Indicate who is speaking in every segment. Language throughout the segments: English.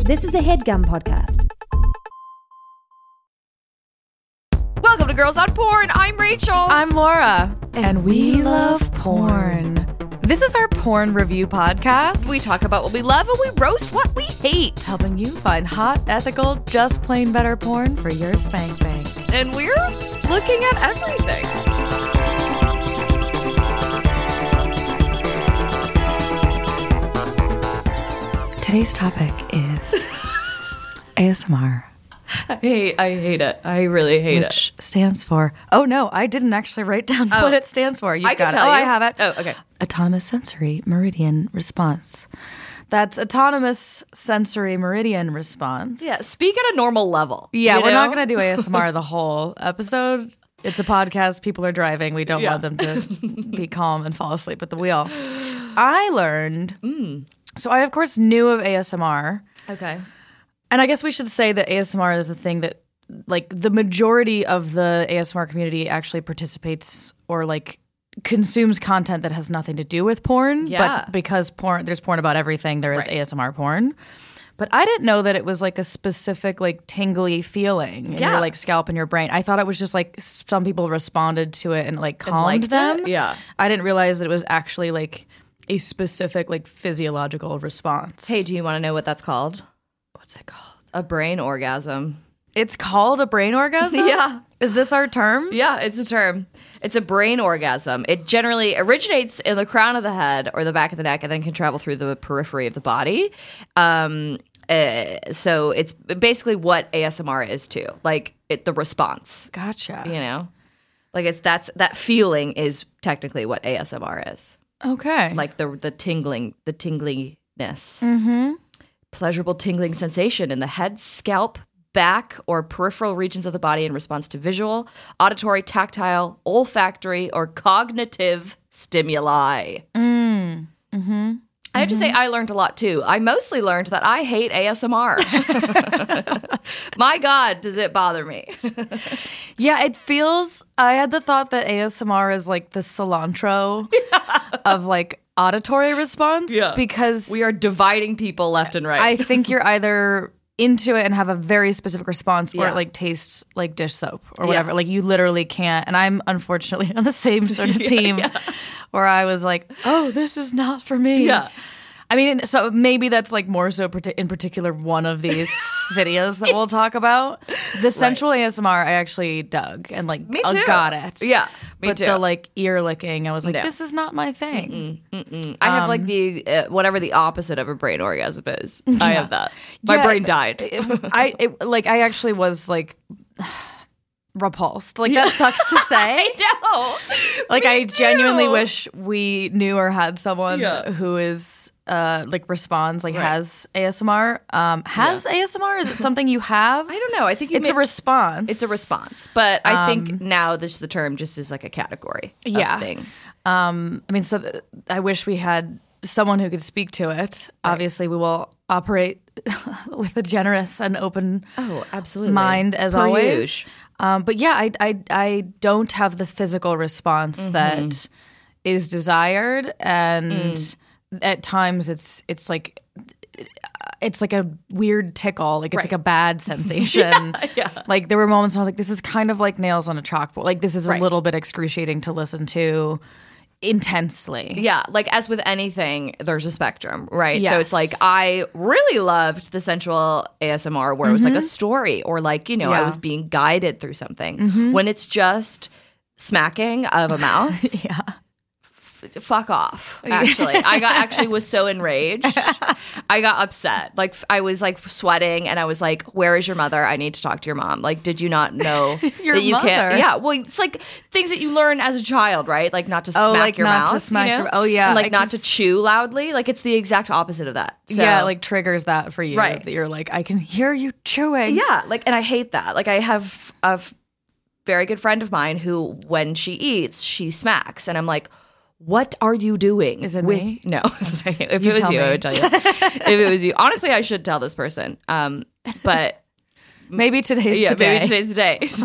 Speaker 1: This is a headgum podcast.
Speaker 2: Welcome to Girls on Porn. I'm Rachel.
Speaker 3: I'm Laura.
Speaker 2: And we love porn.
Speaker 3: This is our porn review podcast.
Speaker 2: we talk about what we love and we roast what we hate.
Speaker 3: helping you find hot, ethical, just plain better porn for your spank bank.
Speaker 2: And we're looking at everything.
Speaker 3: Today's topic is ASMR,
Speaker 2: I hate, I hate it. I really hate
Speaker 3: which stands for. Oh no, I didn't actually write down what it stands for. You've
Speaker 2: I can
Speaker 3: got
Speaker 2: tell
Speaker 3: it. Oh, I
Speaker 2: you.
Speaker 3: have it.
Speaker 2: Oh, okay.
Speaker 3: Autonomous sensory meridian response. That's autonomous sensory meridian response.
Speaker 2: Yeah, speak at a normal level.
Speaker 3: Yeah,
Speaker 2: you
Speaker 3: we're not
Speaker 2: know?
Speaker 3: going to do ASMR the whole episode. It's a podcast. People are driving. We don't
Speaker 2: Yeah.
Speaker 3: want them to be calm and fall asleep at the wheel. I learned.
Speaker 2: Mm.
Speaker 3: So I, of course, knew of ASMR.
Speaker 2: Okay.
Speaker 3: And I guess we should say that ASMR is a thing that, like, the majority of the ASMR community actually participates or, like, consumes content that has nothing to do with porn.
Speaker 2: Yeah.
Speaker 3: But because porn, there's porn about everything, there is ASMR porn. But I didn't know that it was like a specific, like, tingly feeling in
Speaker 2: Yeah.
Speaker 3: your, like, scalp and your brain. I thought it was just like s- some people responded to it and, like, calmed
Speaker 2: liked it?
Speaker 3: them.
Speaker 2: Yeah.
Speaker 3: I didn't realize that it was actually, like, a specific, like, physiological response.
Speaker 2: Hey, do you want to know what that's called?
Speaker 3: what's it called?
Speaker 2: A brain orgasm.
Speaker 3: It's called a brain orgasm?
Speaker 2: Yeah.
Speaker 3: Is this our term?
Speaker 2: Yeah, it's a term. It's a brain orgasm. It generally originates in the crown of the head or the back of the neck and then can travel through the periphery of the body. Um, uh, so it's basically what ASMR is too. Like it, the response,
Speaker 3: Gotcha.
Speaker 2: you know? Like it's that's that feeling is technically what ASMR is.
Speaker 3: Okay.
Speaker 2: Like the the tingling, the tinglingness.
Speaker 3: Mm-hmm.
Speaker 2: Pleasurable tingling sensation in the head, scalp, back, or peripheral regions of the body in response to visual, auditory, tactile, olfactory, or cognitive stimuli.
Speaker 3: Mm-hmm.
Speaker 2: I have to say, I learned a lot too. I mostly learned that I hate ASMR. My God, does it bother me?
Speaker 3: yeah, it feels. I had the thought that ASMR is like the cilantro of like auditory response
Speaker 2: Yeah.
Speaker 3: because
Speaker 2: We are dividing people left and right.
Speaker 3: I think you're either into it and have a very specific response or
Speaker 2: Yeah.
Speaker 3: it like tastes like dish soap or whatever. Like you literally can't. And I'm unfortunately on the same sort of team where I was like, oh, this is not for me.
Speaker 2: Yeah.
Speaker 3: I mean, so maybe that's like more so parti- in particular one of these videos that we'll talk about. The sensual ASMR, I actually dug and like
Speaker 2: Me
Speaker 3: uh,
Speaker 2: too.
Speaker 3: got it.
Speaker 2: Yeah, me
Speaker 3: but
Speaker 2: too.
Speaker 3: the like ear licking, I was like,
Speaker 2: No.
Speaker 3: this is not my thing.
Speaker 2: I have
Speaker 3: Um,
Speaker 2: like the uh, whatever the opposite of a brain orgasm is. I have that. My
Speaker 3: Yeah.
Speaker 2: brain died.
Speaker 3: I it, like I actually was like repulsed. Like that sucks to say.
Speaker 2: No,
Speaker 3: like I genuinely wish we knew or had someone
Speaker 2: Yeah.
Speaker 3: who is uh like responds like has ASMR. Um has ASMR is it something you have?
Speaker 2: I don't know. I think you
Speaker 3: it's
Speaker 2: may-
Speaker 3: a response.
Speaker 2: It's a response, but I think now this the term just is like a category.
Speaker 3: Um, Yeah.
Speaker 2: of things.
Speaker 3: I mean so th- I wish we had someone who could speak to it. Obviously we will operate with a generous and open
Speaker 2: Oh, absolutely.
Speaker 3: mind as
Speaker 2: Per
Speaker 3: always.
Speaker 2: usual.
Speaker 3: Um, but yeah, I, I I don't have the physical response
Speaker 2: Mm-hmm.
Speaker 3: that is desired, and
Speaker 2: Mm.
Speaker 3: at times it's it's like it's like a weird tickle, like it's like a bad sensation. Like there were moments when I was like, this is kind of like nails on a chalkboard. Like this is a little bit excruciating to listen to intensely.
Speaker 2: Yeah, like as with anything, there's a spectrum, right? So it's
Speaker 3: Yes.
Speaker 2: like I really loved the sensual ASMR where it was like a story or like, you know, I
Speaker 3: Mm-hmm. Yeah. Mm-hmm.
Speaker 2: was being guided through something. When it's just smacking of a mouth. yeah. Fuck off. Actually, I got actually was so enraged. I got upset. Like f- I was like sweating, and I was like, "Where is your mother? I need to talk to your mom." Like, did you not know
Speaker 3: Your
Speaker 2: that you can't?
Speaker 3: mother.
Speaker 2: Yeah. Well, it's like things that you learn as a child, right? Like not to
Speaker 3: Oh,
Speaker 2: smack
Speaker 3: like
Speaker 2: your
Speaker 3: not
Speaker 2: mouth.
Speaker 3: to smack
Speaker 2: you know?
Speaker 3: your- oh, yeah,
Speaker 2: And, like
Speaker 3: I
Speaker 2: not to
Speaker 3: just-
Speaker 2: chew loudly. Like it's the exact opposite of that. So,
Speaker 3: Yeah, it, like triggers that for you.
Speaker 2: Right.
Speaker 3: That you're like, I can hear you chewing.
Speaker 2: yeah, like and I hate that. Like I have a f- very good friend of mine who, when she eats, she smacks, and I'm like. What are you doing?
Speaker 3: Is it
Speaker 2: with
Speaker 3: me?
Speaker 2: no? if it was
Speaker 3: tell
Speaker 2: you, I
Speaker 3: me.
Speaker 2: would tell you. if it was you, honestly, I should tell this person. Um, but
Speaker 3: Maybe today's
Speaker 2: yeah,
Speaker 3: the day.
Speaker 2: maybe today's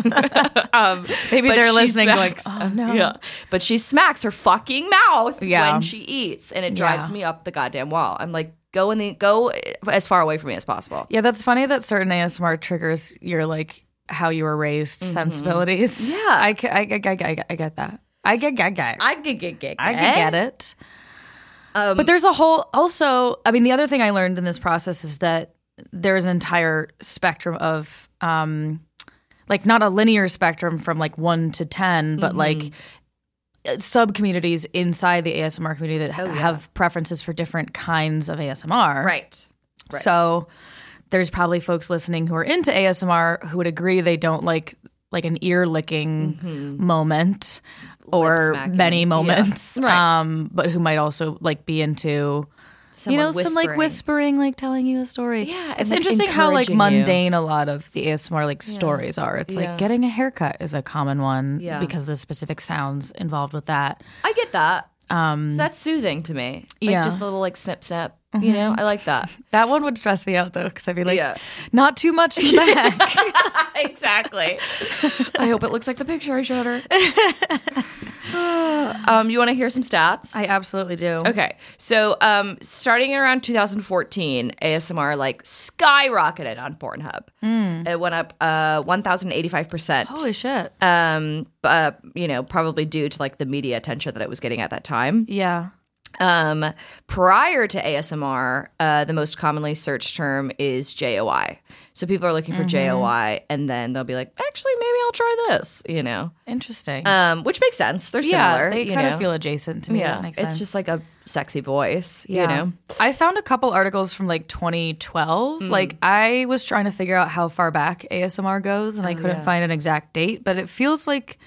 Speaker 2: the day. um,
Speaker 3: Maybe
Speaker 2: but
Speaker 3: they're
Speaker 2: she
Speaker 3: listening,
Speaker 2: smacks-
Speaker 3: going, "Oh no!"
Speaker 2: Yeah, but she smacks her fucking mouth
Speaker 3: Yeah.
Speaker 2: when she eats, and it drives
Speaker 3: Yeah.
Speaker 2: me up the goddamn wall. I'm like, Go in the go as far away from me as possible.
Speaker 3: Yeah, that's funny that certain ASMR triggers your like how you were raised sensibilities. Mm-hmm. Yeah, I, ca- I, I, I, I, I get that. I get, I get,
Speaker 2: I get get get.
Speaker 3: I can get Um, it. but there's a whole also. I mean, the other thing I learned in this process is that there's an entire spectrum of, um, like not a linear spectrum from like one to ten, but like sub communities inside the ASMR community that ha- have preferences for different kinds of ASMR.
Speaker 2: Right.
Speaker 3: So there's probably folks listening who are into ASMR who would agree they don't like like an ear licking moment or
Speaker 2: Mm-hmm. smacking.
Speaker 3: many
Speaker 2: Yeah.
Speaker 3: moments.
Speaker 2: Right.
Speaker 3: Um but who might also like be into
Speaker 2: Someone
Speaker 3: you know, some like whispering, like telling you a story.
Speaker 2: Yeah, and,
Speaker 3: It's
Speaker 2: like,
Speaker 3: interesting how like
Speaker 2: encouraging you.
Speaker 3: mundane a lot of the ASMR like stories are. It's
Speaker 2: Yeah.
Speaker 3: like getting a haircut is a common one
Speaker 2: Yeah.
Speaker 3: because of the specific sounds involved with that.
Speaker 2: I get that. Um, that's soothing to me. Like
Speaker 3: yeah. Mm-hmm.
Speaker 2: just a little like snip snip. You know, I like that.
Speaker 3: That one would stress me out though, because I'd be like,
Speaker 2: Yeah.
Speaker 3: not too much in the back.
Speaker 2: exactly. I hope it looks like the picture I showed her. um, you want to hear some stats?
Speaker 3: I absolutely do.
Speaker 2: Okay, so um, starting around 2014, ASMR like skyrocketed on Pornhub. It went up uh, 1,085 percent.
Speaker 3: Hmm. Holy shit.
Speaker 2: Um, uh, you know, probably due to like the media attention that it was getting at that time.
Speaker 3: Yeah.
Speaker 2: Um, prior to ASMR, uh, the most commonly searched term is JOI. So people are looking for
Speaker 3: Mm-hmm.
Speaker 2: JOI, and then they'll be like, actually, maybe I'll try this. You know,
Speaker 3: Interesting.
Speaker 2: um, which makes sense. They're
Speaker 3: yeah,
Speaker 2: similar.
Speaker 3: they
Speaker 2: you
Speaker 3: kind
Speaker 2: know?
Speaker 3: of feel adjacent to me.
Speaker 2: yeah,
Speaker 3: that makes sense.
Speaker 2: it's just like a sexy voice. You
Speaker 3: Yeah.
Speaker 2: know. Mm.
Speaker 3: I found a couple articles from like 2012. Like I was trying to figure out how far back ASMR goes,
Speaker 2: Oh,
Speaker 3: and I couldn't find an exact date. But it feels like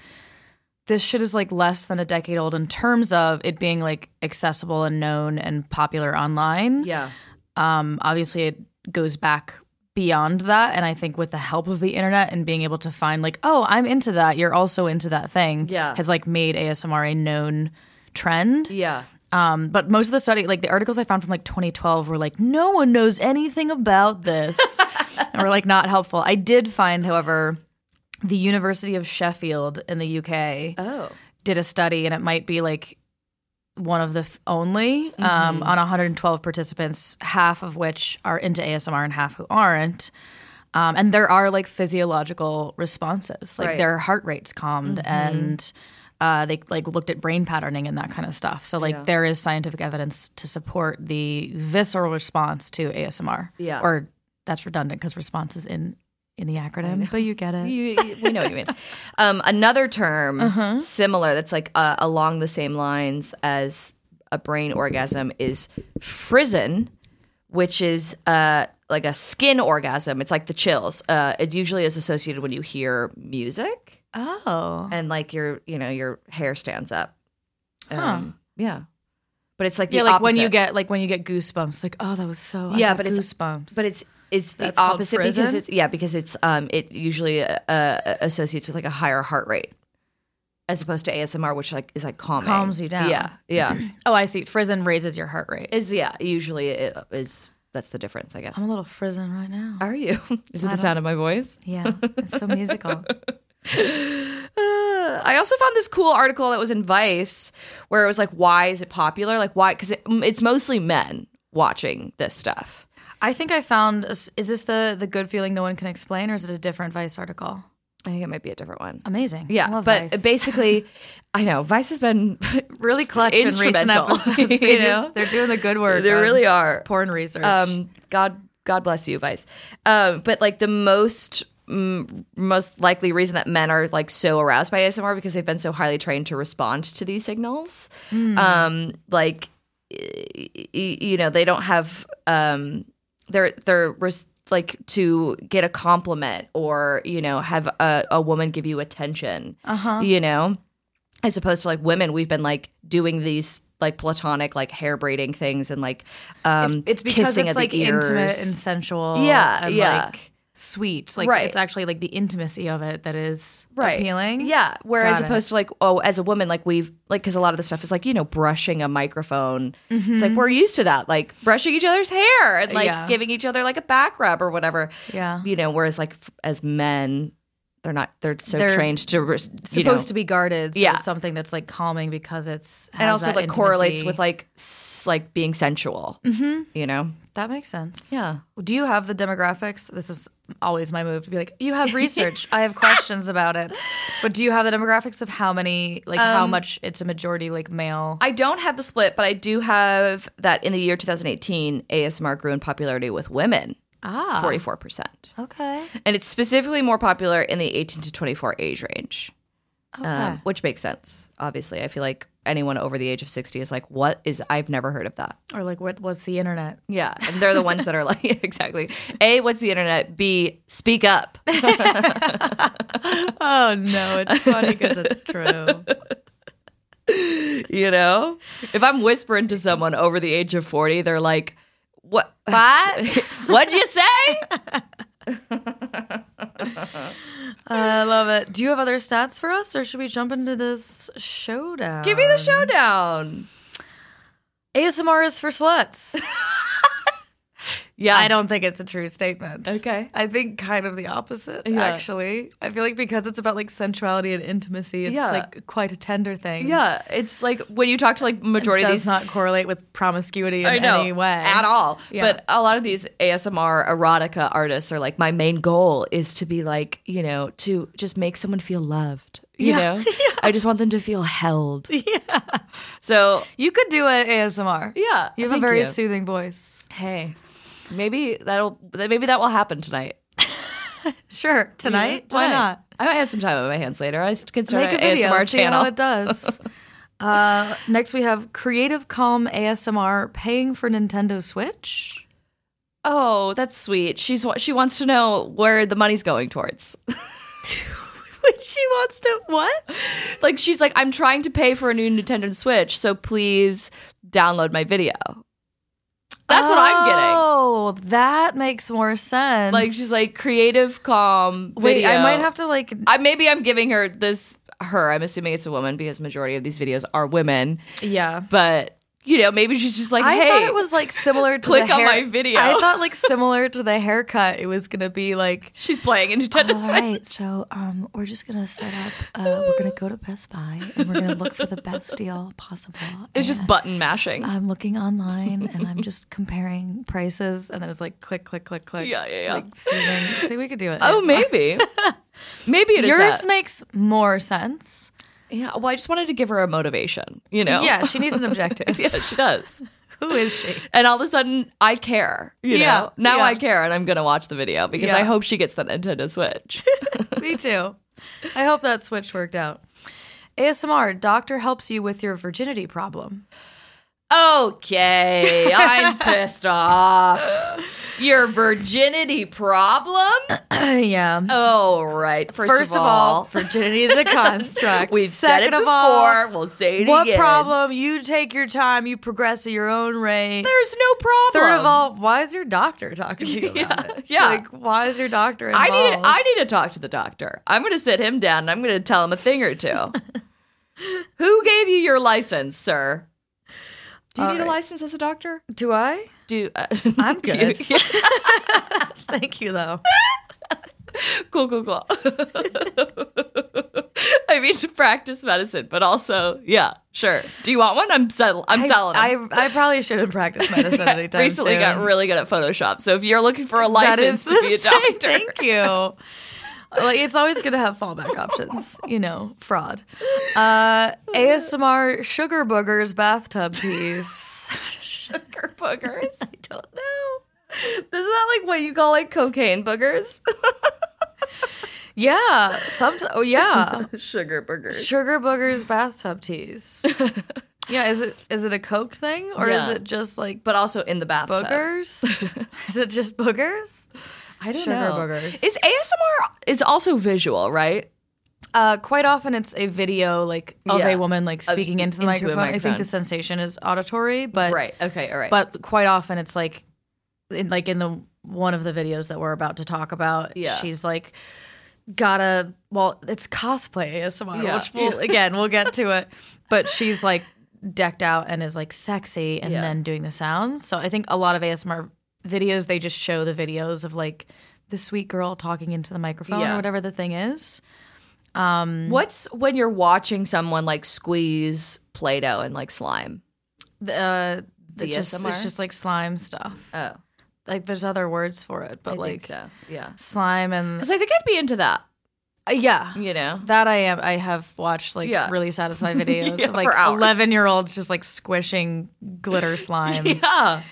Speaker 3: this shit is like less than a decade old in terms of it being like accessible and known and popular online.
Speaker 2: Yeah.
Speaker 3: Um, obviously, it goes back beyond that, and I think with the help of the internet and being able to find like, oh, I'm into that. You're also into that thing.
Speaker 2: Yeah.
Speaker 3: has like made ASMR a known trend.
Speaker 2: Yeah.
Speaker 3: Um, but most of the study, like the articles I found from like 2012, were like, no one knows anything about this, and were like not helpful. I did find, however, the University of Sheffield in the UK
Speaker 2: Oh.
Speaker 3: did a study, and it might be like one of the f- only
Speaker 2: Mm-hmm.
Speaker 3: um, on 112 participants, half of which are into ASMR and half who aren't. Um, and there are like physiological responses, like
Speaker 2: Right. Mm-hmm.
Speaker 3: their heart rates calmed, and uh, they like looked at brain patterning and that kind of stuff. So like there is scientific evidence to support the visceral response to ASMR.
Speaker 2: Yeah.
Speaker 3: or that's redundant because response is in in the acronym, but you get it.
Speaker 2: You, you- we know what you mean. Um, another term
Speaker 3: Uh-huh.
Speaker 2: similar that's like uh, along the same lines as a brain orgasm is frizzen, which is uh, like a skin orgasm. It's like the chills. Uh, it usually is associated when you hear music
Speaker 3: oh,
Speaker 2: and like your you know your hair stands up. Um,
Speaker 3: Huh.
Speaker 2: yeah, but it's like the
Speaker 3: yeah, like when you
Speaker 2: opposite.
Speaker 3: get like when you get goosebumps, like oh that was so I
Speaker 2: Yeah,
Speaker 3: got
Speaker 2: but it's-
Speaker 3: goosebumps,
Speaker 2: But it's it's the
Speaker 3: That's called
Speaker 2: opposite because
Speaker 3: frizzen?
Speaker 2: it's yeah because it's um it usually uh, uh, associates with like a higher heart rate as opposed to ASMR, which like is like calming.
Speaker 3: Calms you down.
Speaker 2: Yeah, yeah,
Speaker 3: oh I see, frizzen raises your heart rate.
Speaker 2: is yeah. Usually it is that's the difference, I guess.
Speaker 3: I'm a little frizzen right now.
Speaker 2: Are you? Is it the sound of my voice?
Speaker 3: Yeah, it's so musical.
Speaker 2: Uh, I also found this cool article that was in Vice where it was like, why is it popular? Like why? Because it, it's mostly men watching this stuff.
Speaker 3: I think I found. a s- Is this the the good feeling no one can explain, or is it a different Vice article?
Speaker 2: I think it might be a different one.
Speaker 3: Amazing.
Speaker 2: Yeah,
Speaker 3: Love
Speaker 2: but
Speaker 3: Vice.
Speaker 2: basically, I know Vice has been
Speaker 3: really clutch in recent
Speaker 2: Instrumental,
Speaker 3: episodes.
Speaker 2: you
Speaker 3: They
Speaker 2: know?
Speaker 3: just, they're doing the good work.
Speaker 2: They
Speaker 3: on
Speaker 2: really are.
Speaker 3: porn research.
Speaker 2: Um, God, God bless you, Vice. Um, but like the most mm, most likely reason that men are like so aroused by ASMR because they've been so highly trained to respond to these signals. Um, like y- y- you know, they don't have um, they're they're res- like to get a compliment or you know have a, a woman give you attention. Uh-huh. You know as opposed to like women, we've been like doing these like platonic like hair braiding things and like um
Speaker 3: it's because
Speaker 2: kissing
Speaker 3: it's
Speaker 2: of
Speaker 3: like
Speaker 2: the ears.
Speaker 3: intimate and sensual.
Speaker 2: Yeah,
Speaker 3: and
Speaker 2: yeah.
Speaker 3: Like, sweet. Like
Speaker 2: Right.
Speaker 3: it's actually like the intimacy of it that is
Speaker 2: Right.
Speaker 3: appealing.
Speaker 2: Yeah. Whereas
Speaker 3: Got it.
Speaker 2: opposed to like, oh, as a woman, like we've like because a lot of the stuff is like, you know, brushing a microphone. It's like we're used to that, like brushing each other's hair and like
Speaker 3: Mm-hmm. Yeah.
Speaker 2: giving each other like a back rub or whatever.
Speaker 3: Yeah.
Speaker 2: You know, whereas like f- as men, they're not they're so
Speaker 3: They're
Speaker 2: trained to res- you
Speaker 3: Supposed
Speaker 2: know,
Speaker 3: to be guarded. So
Speaker 2: Yeah.
Speaker 3: it's something that's like calming because it's
Speaker 2: and
Speaker 3: has
Speaker 2: also
Speaker 3: that
Speaker 2: like correlates
Speaker 3: intimacy.
Speaker 2: with like s- like being sensual. Mm-hmm. You know.
Speaker 3: That makes sense.
Speaker 2: Yeah.
Speaker 3: Do you have the demographics? This is always my move to be like, you have research. I have questions about it. But do you have the demographics of how many, like how
Speaker 2: Um,
Speaker 3: much it's a majority, like male?
Speaker 2: I don't have the split, but I do have that in the year 2018, ASMR grew in popularity with women.
Speaker 3: Ah.
Speaker 2: 44%.
Speaker 3: okay.
Speaker 2: And it's specifically more popular in the 18 to 24 age range,
Speaker 3: Okay.
Speaker 2: um, which makes sense. Obviously, I feel like anyone over the age of 60 is like, what is, I've never heard of that.
Speaker 3: or like, what was the internet?
Speaker 2: Yeah. And they're the ones that are like, exactly. A, what's the internet? B, speak up.
Speaker 3: Oh, no. It's funny because it's true.
Speaker 2: you know? If I'm whispering to someone over the age of 40, they're like, what?
Speaker 3: What?
Speaker 2: What'd you say?
Speaker 3: I love it. Do you have other stats for us, or should we jump into this showdown?
Speaker 2: Give me the showdown.
Speaker 3: ASMR is for sluts.
Speaker 2: Yeah.
Speaker 3: I don't think it's a true statement.
Speaker 2: Okay.
Speaker 3: I think kind of the opposite,
Speaker 2: Yeah.
Speaker 3: actually. I feel like because it's about like sensuality and intimacy, it's
Speaker 2: Yeah.
Speaker 3: like quite a tender thing.
Speaker 2: Yeah, it's like when you talk to like
Speaker 3: It
Speaker 2: majority of
Speaker 3: does
Speaker 2: these
Speaker 3: not correlate with promiscuity in
Speaker 2: I know
Speaker 3: any way.
Speaker 2: at all.
Speaker 3: Yeah.
Speaker 2: But a lot of these ASMR erotica artists are like, my main goal is to be like, you know, to just make someone feel loved. You
Speaker 3: Yeah.
Speaker 2: know, I just want them to feel held. Yeah. So
Speaker 3: You could do an ASMR.
Speaker 2: yeah,
Speaker 3: You have a
Speaker 2: thank
Speaker 3: very
Speaker 2: you.
Speaker 3: soothing voice.
Speaker 2: hey. Maybe that'll maybe that will happen tonight.
Speaker 3: Sure. Tonight? Why
Speaker 2: Tonight.
Speaker 3: not?
Speaker 2: I might have some time on my hands later. I could start
Speaker 3: Make a
Speaker 2: an
Speaker 3: video,
Speaker 2: ASMR
Speaker 3: see
Speaker 2: channel.
Speaker 3: how it does. uh, next, we have Creative Calm ASMR paying for Nintendo Switch.
Speaker 2: oh, that's sweet. She's wa- she wants to know where the money's going towards.
Speaker 3: Which she wants to what?
Speaker 2: like she's like i'm trying to pay for a new nintendo switch so please download my video that's what i'm getting
Speaker 3: Oh, that makes more sense.
Speaker 2: like she's like creative calm
Speaker 3: wait,
Speaker 2: video.
Speaker 3: I might have to like.
Speaker 2: I, maybe i'm giving her this her i'm assuming it's a woman because majority of these videos are women
Speaker 3: Yeah.
Speaker 2: but you know maybe she's just like
Speaker 3: I
Speaker 2: hey
Speaker 3: thought it was like similar to
Speaker 2: click
Speaker 3: the
Speaker 2: on
Speaker 3: hair-
Speaker 2: my video.
Speaker 3: I thought like similar to the haircut. It was gonna be like.
Speaker 2: she's playing a nintendo
Speaker 4: All
Speaker 2: switch
Speaker 4: right, so um, we're just gonna set up. Uh, we're gonna go to Best Buy and we're gonna look for the best deal possible.
Speaker 2: it's just
Speaker 4: And
Speaker 2: button mashing
Speaker 3: Uh,
Speaker 4: I'm looking online and I'm just comparing prices.
Speaker 3: And then it was like click, click, click, click.
Speaker 2: Yeah, yeah, yeah.
Speaker 3: Like, soothing. See, we could do it.
Speaker 2: oh
Speaker 3: It's-
Speaker 2: maybe maybe it is
Speaker 3: Yours
Speaker 2: that.
Speaker 3: makes more sense.
Speaker 2: yeah well i just wanted to give her a motivation you know
Speaker 3: Yeah, she needs an objective.
Speaker 2: Oh. yeah she does
Speaker 3: Who is she?
Speaker 2: and all of a sudden I care. You
Speaker 3: Yeah,
Speaker 2: know? Now
Speaker 3: yeah.
Speaker 2: I care and I'm gonna watch the video because
Speaker 3: Yeah.
Speaker 2: I hope she gets the Nintendo Switch.
Speaker 3: Me too. I hope that switch worked out. ASMR, doctor helps you with your virginity problem.
Speaker 2: okay. I'm pissed off. Your virginity problem?
Speaker 3: yeah.
Speaker 2: Oh right. Uh, First,
Speaker 3: First of all, virginity is a construct.
Speaker 2: we've said it
Speaker 3: Second
Speaker 2: before.
Speaker 3: of all,
Speaker 2: we'll say it
Speaker 3: what
Speaker 2: again.
Speaker 3: problem? You take your time, you progress at your own rate.
Speaker 2: There's no problem.
Speaker 3: Third of all, why is your doctor talking to you about it?
Speaker 2: yeah.
Speaker 3: Like, why is your doctor
Speaker 2: I
Speaker 3: involved?
Speaker 2: need I need to talk to the doctor. I'm gonna sit him down and I'm gonna tell him a thing or two. Who gave you your license, sir? Do you
Speaker 3: All
Speaker 2: need
Speaker 3: right.
Speaker 2: a license as a doctor?
Speaker 3: Do I?
Speaker 2: Do uh,
Speaker 3: I'm
Speaker 2: you-
Speaker 3: good. Thank you, though.
Speaker 2: cool, cool, cool. I mean, to practice medicine, but also, yeah, sure. Do you want one? I'm sell- I'm selling. 'em.
Speaker 3: I, I probably shouldn't practice medicine anytime
Speaker 2: recently
Speaker 3: soon.
Speaker 2: got really good at Photoshop, so if you're looking for a license
Speaker 3: the
Speaker 2: to be a
Speaker 3: same-
Speaker 2: doctor,
Speaker 3: Thank you. Like it's always good to have fallback options, you know, fraud. Uh, ASMR sugar boogers bathtub teas.
Speaker 2: sugar boogers. I don't know. This is not like what you call like cocaine boogers.
Speaker 3: Yeah, some oh yeah,
Speaker 2: sugar boogers.
Speaker 3: sugar boogers bathtub teas. Yeah, is it is it a coke thing or
Speaker 2: Yeah.
Speaker 3: is it just like
Speaker 2: but also in the bathtub.
Speaker 3: boogers? is it just boogers?
Speaker 2: I don't
Speaker 3: Sugar
Speaker 2: know.
Speaker 3: boogers.
Speaker 2: Is ASMR? It's also visual, right?
Speaker 3: Uh, quite often it's a video like of
Speaker 2: Yeah.
Speaker 3: a woman like speaking into the
Speaker 2: into a
Speaker 3: microphone. I think
Speaker 2: microphone.
Speaker 3: the sensation is auditory, but
Speaker 2: right. Okay. All right.
Speaker 3: but quite often it's like in like in the one of the videos that we're about to talk about
Speaker 2: Yeah.
Speaker 3: she's like gotta well it's cosplay asmr
Speaker 2: Yeah.
Speaker 3: which we'll again we'll get to it but she's like decked out and is like sexy and
Speaker 2: Yeah.
Speaker 3: then doing the sounds so i think a lot of asmr videos they just show the videos of like the sweet girl talking into the microphone
Speaker 2: Yeah.
Speaker 3: or whatever the thing is Mm.
Speaker 2: What's when you're watching someone like squeeze Play Doh and like slime?
Speaker 3: Th- uh, that just,
Speaker 2: ASMR?
Speaker 3: it's just like slime stuff.
Speaker 2: Oh,
Speaker 3: Like there's other words for it, but
Speaker 2: I
Speaker 3: like
Speaker 2: think so. Yeah.
Speaker 3: slime and
Speaker 2: Because I think I'd be into that.
Speaker 3: uh, yeah.
Speaker 2: You know.
Speaker 3: That I am. I have watched like
Speaker 2: Yeah.
Speaker 3: really satisfying videos
Speaker 2: Yeah,
Speaker 3: of like
Speaker 2: for hours.
Speaker 3: eleven year olds just like squishing glitter slime.
Speaker 2: Yeah.
Speaker 3: Uh,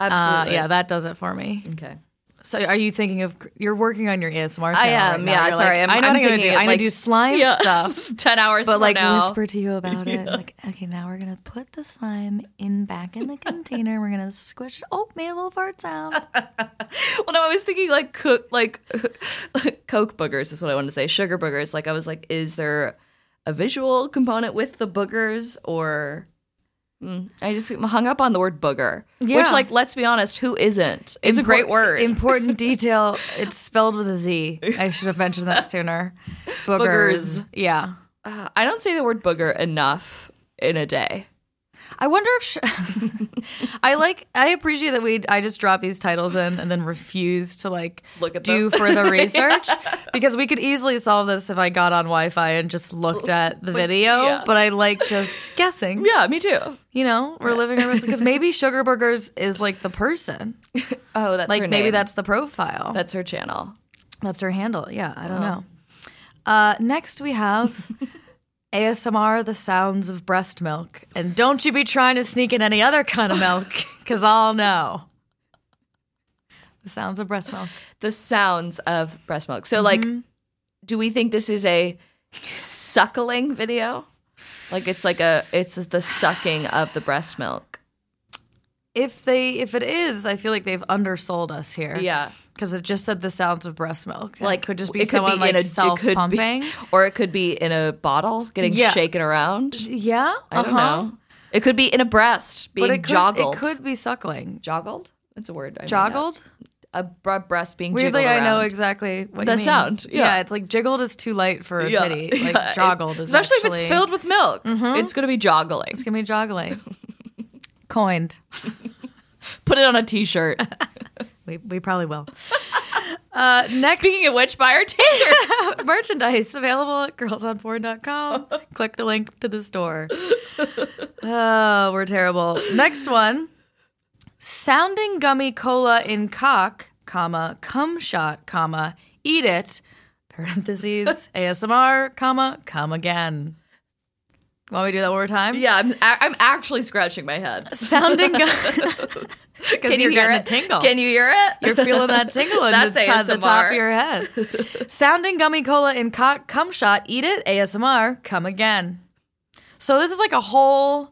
Speaker 2: Absolutely.
Speaker 3: yeah, that does it for me.
Speaker 2: okay.
Speaker 3: So, are you thinking of you're working on your ASMR? Channel
Speaker 2: I am,
Speaker 3: right now.
Speaker 2: yeah,
Speaker 3: You're
Speaker 2: sorry,
Speaker 3: like,
Speaker 2: I'm-
Speaker 3: I know
Speaker 2: I'm
Speaker 3: what I'm gonna do.
Speaker 2: thinking,
Speaker 3: I'm gonna
Speaker 2: like-
Speaker 3: do slime
Speaker 2: Yeah.
Speaker 3: stuff.
Speaker 2: Ten hours.
Speaker 3: But,
Speaker 2: from
Speaker 3: like,
Speaker 2: now.
Speaker 5: whisper to you about it. Like, okay, now we're gonna put the slime in back in the container. We're gonna squish. it. Oh, made a little fart sound.
Speaker 2: Well, no, I was thinking like cook, like coke boogers is what I wanted to say. Sugar boogers. Like I was like, is there a visual component with the boogers or? Mm, I just hung up on the word booger,
Speaker 3: Yeah.
Speaker 2: which, like, let's be honest, who isn't? It's a great word.
Speaker 3: Important detail. It's spelled with a Z. I should have mentioned that sooner. Boogers.
Speaker 2: Boogers.
Speaker 3: Yeah.
Speaker 2: Uh, I don't say the word booger enough in a day.
Speaker 3: I wonder if sh- I like. I appreciate that we. I just drop these titles in and then refuse to like
Speaker 2: Look at
Speaker 3: do
Speaker 2: them.
Speaker 3: further research because we could easily solve this if I got on Wi-Fi and just looked at the video.
Speaker 2: yeah.
Speaker 3: But I like just guessing.
Speaker 2: Yeah, me too.
Speaker 3: You know, we're living our because maybe Sugar Burgers is like the person.
Speaker 2: Oh, that's
Speaker 3: Like
Speaker 2: her
Speaker 3: maybe
Speaker 2: name.
Speaker 3: that's the profile.
Speaker 2: that's her channel.
Speaker 3: That's her handle. Yeah, I don't know. Uh, next, we have ASMR: The Sounds of Breast Milk, and don't you be trying to sneak in any other kind of milk, because I'll know. The sounds of breast milk.
Speaker 2: The sounds of breast milk.
Speaker 3: Mm-hmm.
Speaker 2: So, like, do we think this is a suckling video? Like, it's like a it's the sucking of the breast milk.
Speaker 3: If they, if it is, I feel like they've undersold us here.
Speaker 2: Yeah.
Speaker 3: because it just said the sounds of breast milk. and it
Speaker 2: Like
Speaker 3: could just be
Speaker 2: it
Speaker 3: someone like
Speaker 2: in a- it could
Speaker 3: self
Speaker 2: be-
Speaker 3: pumping.
Speaker 2: or it could be in a bottle getting
Speaker 3: Yeah.
Speaker 2: shaken around.
Speaker 3: Yeah, uh-huh.
Speaker 2: I don't know. It could be in a breast being
Speaker 3: But it could,
Speaker 2: joggled.
Speaker 3: it could be suckling.
Speaker 2: joggled. That's a word. I made up.
Speaker 3: Joggled.
Speaker 2: A br- breast being
Speaker 3: Weirdly,
Speaker 2: jiggled
Speaker 3: I know
Speaker 2: around.
Speaker 3: exactly what
Speaker 2: The
Speaker 3: you mean.
Speaker 2: sound, yeah.
Speaker 3: it's like jiggled is too light for a titty. Like
Speaker 2: yeah.
Speaker 3: joggled is
Speaker 2: especially if
Speaker 3: actually- Mm-hmm.
Speaker 2: it's filled with milk. It's going to be joggling.
Speaker 3: It's gonna be joggling. Coined.
Speaker 2: Put it on a t-shirt.
Speaker 3: We, we probably will. Uh, next,
Speaker 2: Speaking of which, buy our t-shirts.
Speaker 3: merchandise available at girlsonporn.com. Click the link to the store. Oh, we're terrible. Next one. Sounding gummy cola in cock, comma, cum shot, comma, eat it, parentheses, ASMR, comma, come again. Want me to do that one more time?
Speaker 2: yeah, I'm, a- I'm actually scratching my head.
Speaker 3: Sounding gummy. Because
Speaker 2: hear
Speaker 3: you're getting a
Speaker 2: it?
Speaker 3: tingle.
Speaker 2: Can you hear it?
Speaker 3: You're feeling that tingle in
Speaker 2: That's
Speaker 3: the, top- the
Speaker 2: ASMR.
Speaker 3: top of your head. Sounding gummy cola in co- cum shot. Eat it. ASMR. Come again. So this is like a whole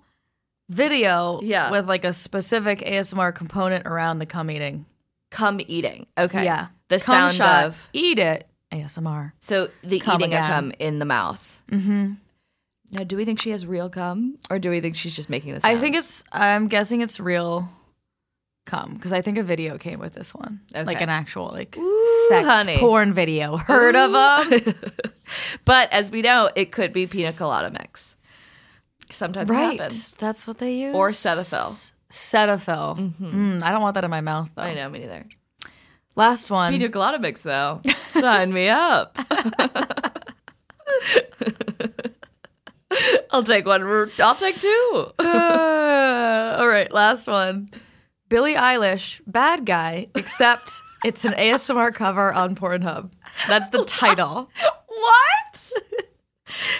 Speaker 3: video
Speaker 2: Yeah.
Speaker 3: with like a specific ASMR component around the cum eating.
Speaker 2: Come eating. Okay.
Speaker 3: Yeah.
Speaker 2: The
Speaker 3: Cum
Speaker 2: sound
Speaker 3: shot,
Speaker 2: of
Speaker 3: eat it. ASMR.
Speaker 2: so the
Speaker 3: Cum
Speaker 2: eating
Speaker 3: again.
Speaker 2: of cum in the mouth. Mm-hmm. Now, do we think she has real cum, or do we think she's just making this?
Speaker 3: I think it's. I'm guessing it's real cum because I think a video came with this one, like
Speaker 2: Okay.
Speaker 3: an actual like sex
Speaker 2: honey.
Speaker 3: porn video. Heard of 'em?
Speaker 2: of them. but as we know, it could be pina colada mix. Sometimes
Speaker 3: Right.
Speaker 2: it happens.
Speaker 5: That's what they use.
Speaker 2: Or Cetaphil.
Speaker 3: Cetaphil. Mm, I don't want that in my mouth though.
Speaker 2: I know, me neither.
Speaker 3: Last one.
Speaker 2: Pina colada mix, though. Sign me up. I'll take one. I'll take two.
Speaker 3: Uh, all right, last one. Billie Eilish, bad guy, except it's an ASMR cover on Pornhub. That's the title.
Speaker 2: What?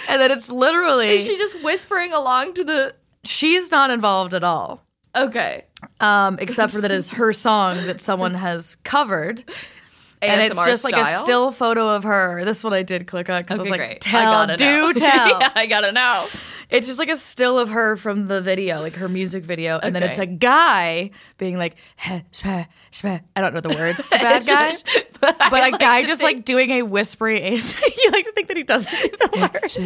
Speaker 3: And then it's literally
Speaker 2: Is she just whispering along to the?
Speaker 3: she's not involved at all.
Speaker 2: Okay.
Speaker 3: Um, except for that it's her song that someone has covered. and it's
Speaker 2: ASMR
Speaker 3: just like a
Speaker 2: style?
Speaker 3: still photo of her. This one I did click on because I
Speaker 2: Okay,
Speaker 3: was like,
Speaker 2: great.
Speaker 3: tell,
Speaker 2: I gotta
Speaker 3: do
Speaker 2: know.
Speaker 3: tell.
Speaker 2: yeah, I gotta know.
Speaker 3: It's just like a still of her from the video, like her music video, and then
Speaker 2: Okay.
Speaker 3: it's a guy being like, "Heh, shmeh, shmeh." I don't know the words to bad guy, but, a guy just like doing a whispery ace. you like to think that he doesn't do the words,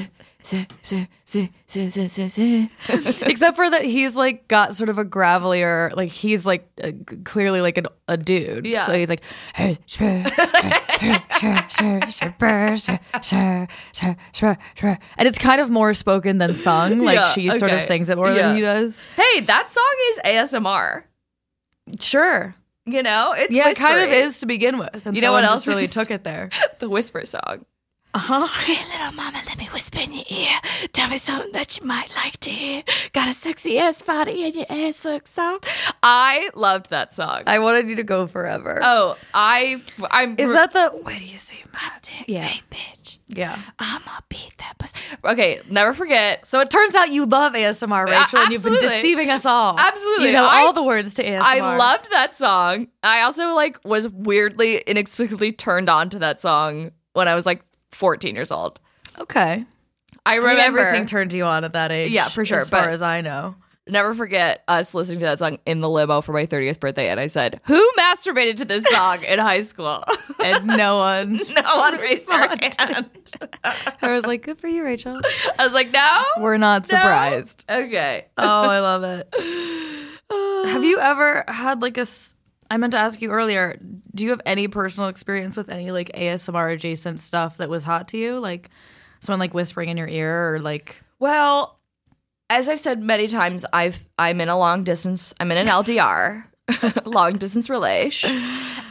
Speaker 3: except for that he's like got sort of a gravelier, like he's like uh, clearly like an, a dude.
Speaker 2: Yeah.
Speaker 3: So he's like,
Speaker 5: Sure, sure, sure, sure, sure, sure, sure, sure, sure, sure.
Speaker 3: and it's kind of more spoken than sung. Like
Speaker 2: Yeah,
Speaker 3: she sort of
Speaker 2: okay.
Speaker 3: sings it more
Speaker 2: Yeah.
Speaker 3: than he does.
Speaker 2: Hey, that song is ASMR.
Speaker 3: Sure.
Speaker 2: You know, it's
Speaker 3: Yeah, it kind of
Speaker 2: whispery.
Speaker 3: is to begin with. And
Speaker 2: You know what
Speaker 3: someone
Speaker 2: else
Speaker 3: just really
Speaker 2: is?
Speaker 3: took it there?
Speaker 2: the whisper song.
Speaker 3: Uh-huh.
Speaker 6: Hey, little mama, let me whisper in your ear. Tell me something that you might like to hear. Got a sexy ass body and your ass looks soft.
Speaker 2: I loved that song.
Speaker 3: I wanted you to go forever.
Speaker 2: oh, I I'm
Speaker 3: Is that the
Speaker 6: Where do you see my dick?
Speaker 3: Yeah.
Speaker 6: Hey, bitch.
Speaker 3: yeah?
Speaker 6: I'ma beat that pussy.
Speaker 2: okay? Never forget.
Speaker 3: So it turns out you love ASMR, Rachel, and you've been
Speaker 2: absolutely.
Speaker 3: deceiving us all.
Speaker 2: Absolutely.
Speaker 3: you know
Speaker 2: I-
Speaker 3: all the words to ASMR.
Speaker 2: I loved that song. I also like was weirdly inexplicably turned on to that song when I was like 14 years old.
Speaker 3: Okay,
Speaker 2: I
Speaker 3: I mean,
Speaker 2: remember
Speaker 3: everything turned you on at that age.
Speaker 2: Yeah, for sure,
Speaker 3: As far
Speaker 2: but-
Speaker 3: as I know,
Speaker 2: never forget us listening to that song in the limo for my 30th birthday and I said, "Who masturbated to this song in high school?"
Speaker 3: and no one.
Speaker 2: no one responded.
Speaker 3: I was like, "Good for you, Rachel."
Speaker 2: I was like, "No?"
Speaker 3: We're not
Speaker 2: No?
Speaker 3: surprised.
Speaker 2: Okay.
Speaker 3: Oh, I love it. have you ever had like a? s- I meant to ask you earlier. Do you have any personal experience with any like ASMR adjacent stuff that was hot to you, like someone like whispering in your ear or like?
Speaker 2: Well, as I've said many times, I've I'm in a long distance. I'm in an LDR, long distance relation.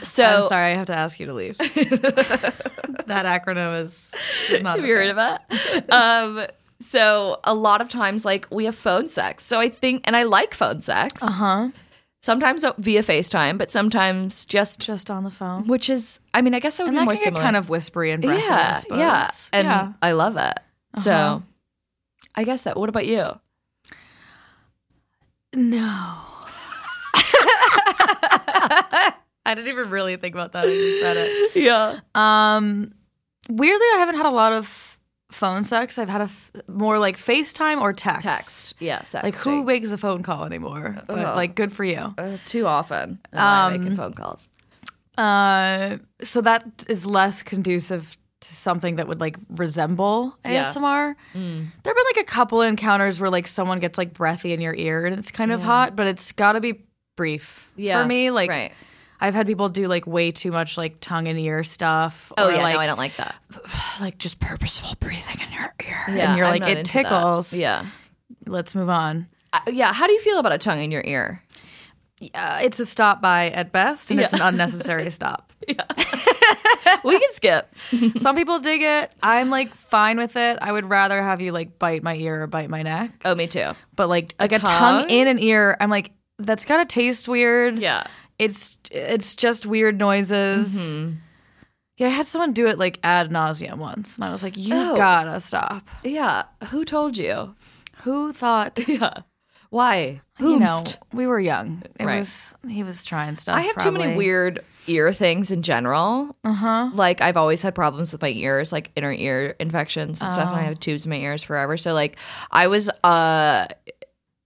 Speaker 2: So
Speaker 3: I'm sorry, I have to ask you to leave. that acronym is, is not.
Speaker 2: Have you heard of that? um, so a lot of times, like we have phone sex. So I think, and I like phone sex. Uh
Speaker 3: Uh-huh.
Speaker 2: huh. Sometimes uh, via FaceTime, but sometimes just,
Speaker 3: Just on the phone.
Speaker 2: which is, I mean, I guess that would be
Speaker 3: And that
Speaker 2: more
Speaker 3: can get
Speaker 2: similar.
Speaker 3: kind of whispery and breathy. I
Speaker 2: yeah,
Speaker 3: suppose.
Speaker 2: yeah, and
Speaker 3: yeah. Uh-huh.
Speaker 2: I love it. So I guess that. What about you?
Speaker 3: No. I didn't even really think about that. I just said it.
Speaker 2: Yeah.
Speaker 3: Um, weirdly, I haven't had a lot of phone sex. I've had a f- more like FaceTime or text.
Speaker 2: Text. Yeah. Sex.
Speaker 3: Like who makes a phone call anymore? But
Speaker 2: Ugh.
Speaker 3: like, good for you.
Speaker 2: uh, too often. making phone calls.
Speaker 3: Uh, so that is less conducive to something that would like resemble
Speaker 2: Yeah. Mm.
Speaker 3: ASMR. There have been like a couple encounters where like someone gets like breathy in your ear and it's kind of hot, but it's got to be brief
Speaker 2: Yeah,
Speaker 3: for me. Like,
Speaker 2: right.
Speaker 3: I've had people do like way too much like tongue and ear stuff.
Speaker 2: Oh
Speaker 3: or,
Speaker 2: yeah.
Speaker 3: like,
Speaker 2: no, I don't like that.
Speaker 3: like just purposeful breathing in your ear,
Speaker 2: Yeah.
Speaker 3: and you're
Speaker 2: I'm
Speaker 3: like
Speaker 2: not
Speaker 3: it
Speaker 2: into that.
Speaker 3: tickles.
Speaker 2: Yeah.
Speaker 3: let's move on.
Speaker 2: Uh, yeah. How do you feel about a tongue in your ear?
Speaker 3: Uh, it's a stop by at best, and it's an unnecessary stop.
Speaker 2: we can skip.
Speaker 3: Some people dig it. I'm like fine with it. I would rather have you like bite my ear or bite my neck.
Speaker 2: Oh, me too.
Speaker 3: But like like a, tongue?
Speaker 2: tongue?
Speaker 3: in an ear, I'm like that's got to taste weird.
Speaker 2: Yeah.
Speaker 3: It's it's just weird noises.
Speaker 2: Mm-hmm.
Speaker 3: Yeah, I had someone do it like ad nauseum once, and I was like, "You
Speaker 2: Oh.
Speaker 3: gotta stop."
Speaker 2: Yeah. Who told you?
Speaker 3: Who thought?
Speaker 2: Yeah. Why?
Speaker 3: you know,
Speaker 2: Whomst?
Speaker 3: we were young. It
Speaker 2: Right.
Speaker 3: was he was trying stuff.
Speaker 2: I have too many
Speaker 3: probably. Uh-huh.
Speaker 2: weird ear things in general. Uh huh. Like I've always had problems with my ears, like inner ear infections and stuff. And I
Speaker 3: Oh.
Speaker 2: have tubes in my ears forever. So like I was uh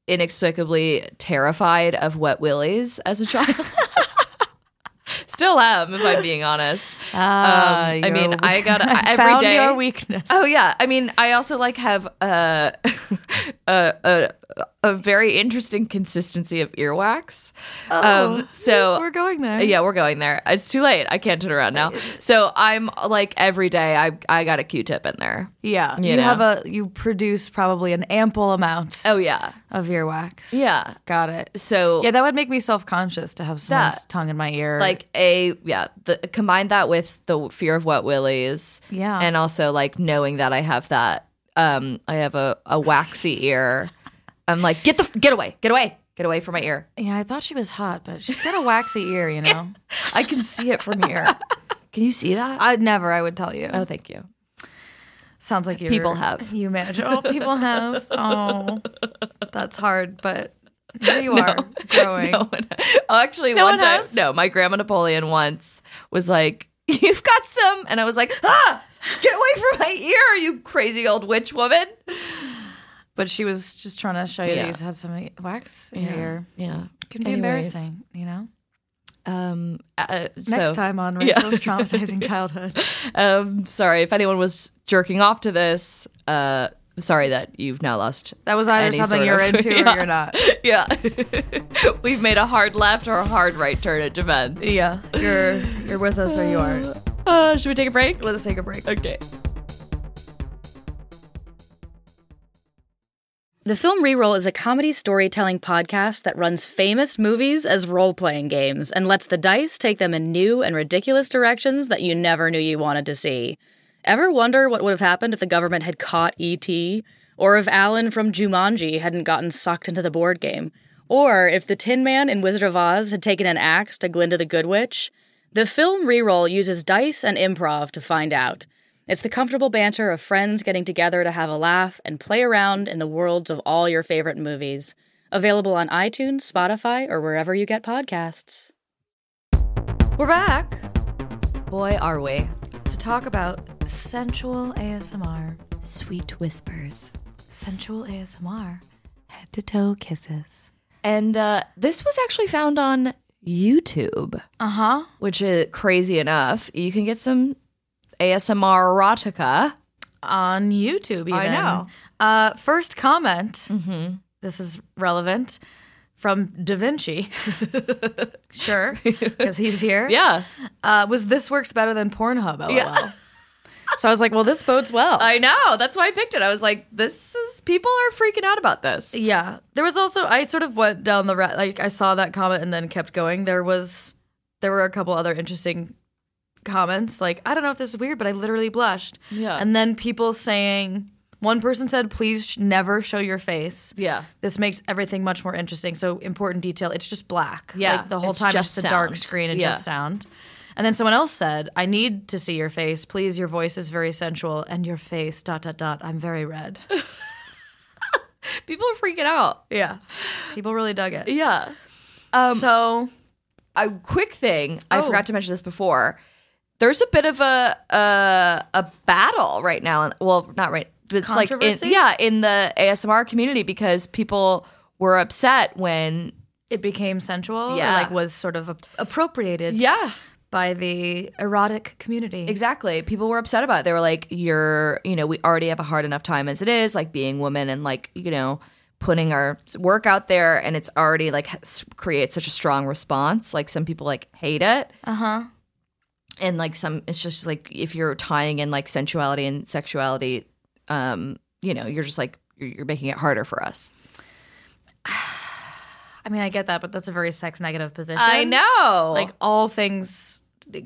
Speaker 2: inexplicably terrified of wet willies as a child. Still am, if I'm being honest.
Speaker 3: Ah,
Speaker 2: Um, I
Speaker 3: your
Speaker 2: mean,
Speaker 3: weak-
Speaker 2: I got
Speaker 3: I
Speaker 2: every
Speaker 3: found
Speaker 2: day-
Speaker 3: your weakness.
Speaker 2: Oh yeah, I mean, I also like have uh, a a a very interesting consistency of earwax. um, so
Speaker 3: Oh. we're going there.
Speaker 2: Yeah, we're going there. It's too late. I can't turn around now. So I'm like every day. I I got a Q-tip in there.
Speaker 3: yeah. You,
Speaker 2: You know.
Speaker 3: have a you produce probably an ample amount
Speaker 2: Oh yeah,
Speaker 3: of earwax.
Speaker 2: yeah.
Speaker 3: got it.
Speaker 2: So
Speaker 3: Yeah, that would make me self conscious to have someone's
Speaker 2: That-
Speaker 3: tongue in my ear.
Speaker 2: like a yeah. The, combine that with the fear of what willies.
Speaker 3: Yeah.
Speaker 2: and also like knowing that I have that. Um, I have a a waxy ear. I'm like get the f- get away, get away, get away from my ear.
Speaker 3: yeah, I thought she was hot, but she's got a waxy ear. You know,
Speaker 2: I can see it from here. Can you see that?
Speaker 3: I'd never. I would tell you.
Speaker 2: Oh, thank you.
Speaker 3: Sounds like you.
Speaker 2: People have.
Speaker 3: You imagine. Oh, people have. Oh, that's hard, but here you are growing.
Speaker 2: No one- oh, actually, one,
Speaker 3: one
Speaker 2: time,
Speaker 3: has?
Speaker 2: no, my grandma Napoleon once was like, "You've got some," and I was like, "Ah, get away from my ear, you crazy old witch woman!"
Speaker 3: But she was just trying to show you
Speaker 2: Yeah.
Speaker 3: that you had some e-, wax in your ear.
Speaker 2: yeah.
Speaker 3: Can be
Speaker 2: Anyways.
Speaker 3: embarrassing, you know.
Speaker 2: Um, uh,
Speaker 3: Next
Speaker 2: so,
Speaker 3: time on
Speaker 2: Yeah.
Speaker 3: Rachel's traumatizing childhood.
Speaker 2: um, sorry if anyone was jerking off to this. Uh, sorry that you've now lost.
Speaker 3: That was either
Speaker 2: Any
Speaker 3: something
Speaker 2: sort
Speaker 3: you're
Speaker 2: of-
Speaker 3: into
Speaker 2: Yeah.
Speaker 3: or you're not.
Speaker 2: yeah, we've made a hard left or a hard right turn. It depends.
Speaker 3: Yeah, you're you're with us or you aren't.
Speaker 2: Uh, should we take a break?
Speaker 3: Let's take a break.
Speaker 2: Okay.
Speaker 7: The Film Reroll is a comedy storytelling podcast that runs famous movies as role playing games and lets the dice take them in new and ridiculous directions that you never knew you wanted to see. Ever wonder what would have happened if the government had caught E.T.? Or if Alan from Jumanji hadn't gotten sucked into the board game? Or if the Tin Man in Wizard of Oz had taken an axe to Glinda the Good Witch? The film reroll uses dice and improv to find out. It's the comfortable banter of friends getting together to have a laugh and play around in the worlds of all your favorite movies. Available on iTunes, Spotify, or wherever you get podcasts.
Speaker 3: We're back
Speaker 2: Boy, are we.
Speaker 3: to talk about sensual ASMR.
Speaker 6: Sweet whispers.
Speaker 3: Sensual ASMR. Head to toe kisses.
Speaker 2: And uh, this was actually found on YouTube,
Speaker 3: Uh huh.
Speaker 2: which is crazy enough. You can get some ASMR erotica.
Speaker 3: on YouTube. Even.
Speaker 2: I know.
Speaker 3: Uh, first comment. Mm-hmm. This is relevant from Da Vinci. sure, because he's here.
Speaker 2: Yeah.
Speaker 3: Uh, was this works better than Pornhub? LOL. so I was like, well, this bodes well.
Speaker 2: I know. That's why I picked it. I was like, this is, people are freaking out about this.
Speaker 3: yeah. There was also I sort of went down the ra- like I saw that comment and then kept going. There was there were a couple other interesting comments like I don't know if this is weird, but I literally blushed.
Speaker 2: Yeah.
Speaker 3: And then people saying one person said, "Please sh- never show your face."
Speaker 2: Yeah.
Speaker 3: this makes everything much more interesting. So important detail. It's just black.
Speaker 2: Yeah,
Speaker 3: like the whole
Speaker 2: it's
Speaker 3: time
Speaker 2: just
Speaker 3: just, a dark
Speaker 2: sound.
Speaker 3: screen and
Speaker 2: Yeah.
Speaker 3: just sound. And then someone else said, "I need to see your face. Please, your voice is very sensual, and your face dot dot dot. I'm very red."
Speaker 2: People are freaking out.
Speaker 3: yeah, people really dug it.
Speaker 2: Yeah. Um,
Speaker 3: so
Speaker 2: a quick thing i
Speaker 3: Oh.
Speaker 2: forgot to mention this before there's a bit of a a, a battle right now well not right but it's like in,
Speaker 3: Controversy?
Speaker 2: yeah in the asmr community because people were upset when
Speaker 3: it became sensual.
Speaker 2: Yeah.
Speaker 3: Yeah, like was sort of ap- appropriated. by the erotic community.
Speaker 2: exactly people were upset about it they were like you're you know we already have a hard enough time as it is like being women and like you know putting our work out there and it's already like s- creates such a strong response like some people like hate it
Speaker 3: Uh-huh.
Speaker 2: and like some it's just like if you're tying in like sensuality and sexuality um you know you're just like you're, you're making it harder for us
Speaker 3: I mean, I get that, but that's a very sex negative position.
Speaker 2: know
Speaker 3: like all things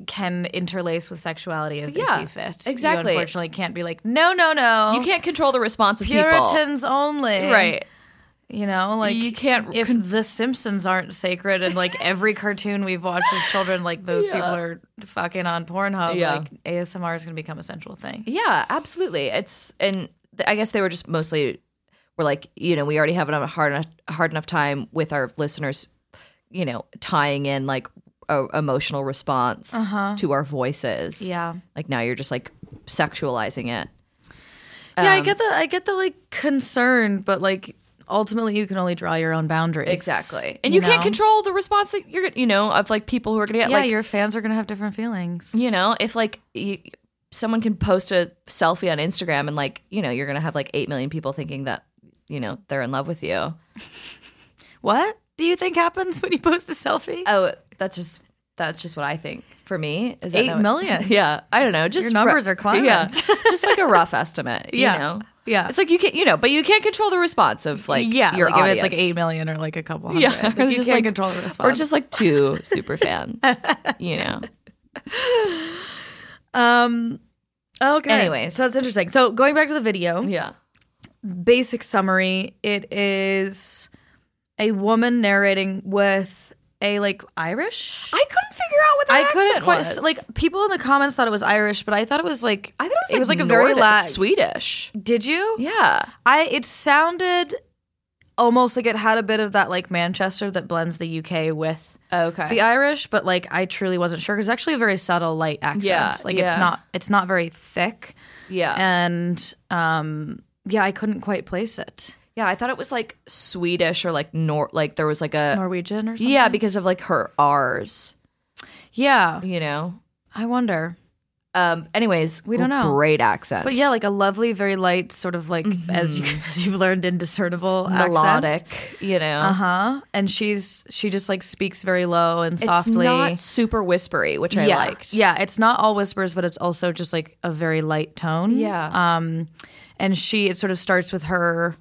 Speaker 3: can interlace with sexuality as
Speaker 2: Yeah,
Speaker 3: they see fit.
Speaker 2: exactly.
Speaker 3: You unfortunately can't be like, no, no, no.
Speaker 2: you can't control the response of people
Speaker 3: Puritans only.
Speaker 2: right
Speaker 3: You know, like
Speaker 2: You can't
Speaker 3: if the Simpsons aren't sacred and like every cartoon we've watched as children, like those people are fucking on Pornhub,
Speaker 2: Yeah.
Speaker 3: like ASMR is gonna become a central thing.
Speaker 2: yeah absolutely it's and th- i guess they were just mostly were like you know we already have a hard enough hard enough time with our listeners you know tying in like a emotional response to our voices
Speaker 3: Uh-huh. Yeah.
Speaker 2: like now you're just like sexualizing it
Speaker 3: yeah,
Speaker 2: Um,
Speaker 3: I get the I get the like concern, but like ultimately you can only draw your own boundaries.
Speaker 2: Exactly. And you, can't
Speaker 3: know?
Speaker 2: control the response that you're, you know, of like people who are going to get
Speaker 3: Yeah,
Speaker 2: like,
Speaker 3: your fans are gonna have different feelings.
Speaker 2: you know, if like you, someone can post a selfie on Instagram and like, you know, you're going to have like 8 million people thinking that, you know, they're in love with you.
Speaker 3: What do you think happens when you post a selfie?
Speaker 2: Oh, that's just, that's just what I think for me. Is that
Speaker 3: Eight
Speaker 2: how it-
Speaker 3: million.
Speaker 2: yeah. I don't know. Just
Speaker 3: numbers are climbing.
Speaker 2: Yeah. just like a rough estimate,
Speaker 3: Yeah.
Speaker 2: you know?
Speaker 3: Yeah.
Speaker 2: It's like you can't, you know, but you can't control the response of like
Speaker 3: yeah,
Speaker 2: your
Speaker 3: like
Speaker 2: audience.
Speaker 3: if it's like eight million or like a couple hundred.
Speaker 2: Yeah.
Speaker 3: Yeah, like
Speaker 2: Or
Speaker 3: you
Speaker 2: just
Speaker 3: can't
Speaker 2: like-
Speaker 3: control the response.
Speaker 2: or just like two super fans, you know?
Speaker 3: um. Okay.
Speaker 2: Anyways.
Speaker 3: so that's interesting. So going back to the video,
Speaker 2: Yeah.
Speaker 3: basic summary: it is a woman narrating with a like Irish.
Speaker 2: I couldn't figure out what that
Speaker 3: I couldn't
Speaker 2: accent
Speaker 3: quite
Speaker 2: was.
Speaker 3: like people in the comments thought it was Irish, but I thought it was like
Speaker 2: I thought it was like,
Speaker 3: it was like a very
Speaker 2: Nordic,
Speaker 3: lag.
Speaker 2: Swedish.
Speaker 3: Did you?
Speaker 2: Yeah.
Speaker 3: I it sounded almost like it had a bit of that like Manchester that blends the UK with uh,
Speaker 2: Oh, Okay.
Speaker 3: the Irish, but like I truly wasn't sure because actually a very subtle light accent.
Speaker 2: Yeah,
Speaker 3: like
Speaker 2: yeah. Uh,
Speaker 3: it's not it's not very thick, uh,
Speaker 2: yeah.
Speaker 3: and um yeah, I couldn't quite place it.
Speaker 2: yeah, I thought it was like Swedish or like nor like there was like a
Speaker 3: Norwegian or something.
Speaker 2: Uh, Yeah, because of like her R's,
Speaker 3: yeah.
Speaker 2: you know.
Speaker 3: I wonder,
Speaker 2: Um anyways, we
Speaker 3: don't know.
Speaker 2: Great accent.
Speaker 3: but yeah, like a lovely, very light sort of like as you as you've learned indiscernible
Speaker 2: Mm-hmm. melodic, you know.
Speaker 3: Uh huh. And she's she just like speaks very low and
Speaker 2: It's
Speaker 3: softly.
Speaker 2: not super whispery, which I
Speaker 3: yeah.
Speaker 2: liked.
Speaker 3: Yeah, it's not all whispers, but it's also just like a very light tone.
Speaker 2: Yeah.
Speaker 3: Um, and she it sort of starts with her.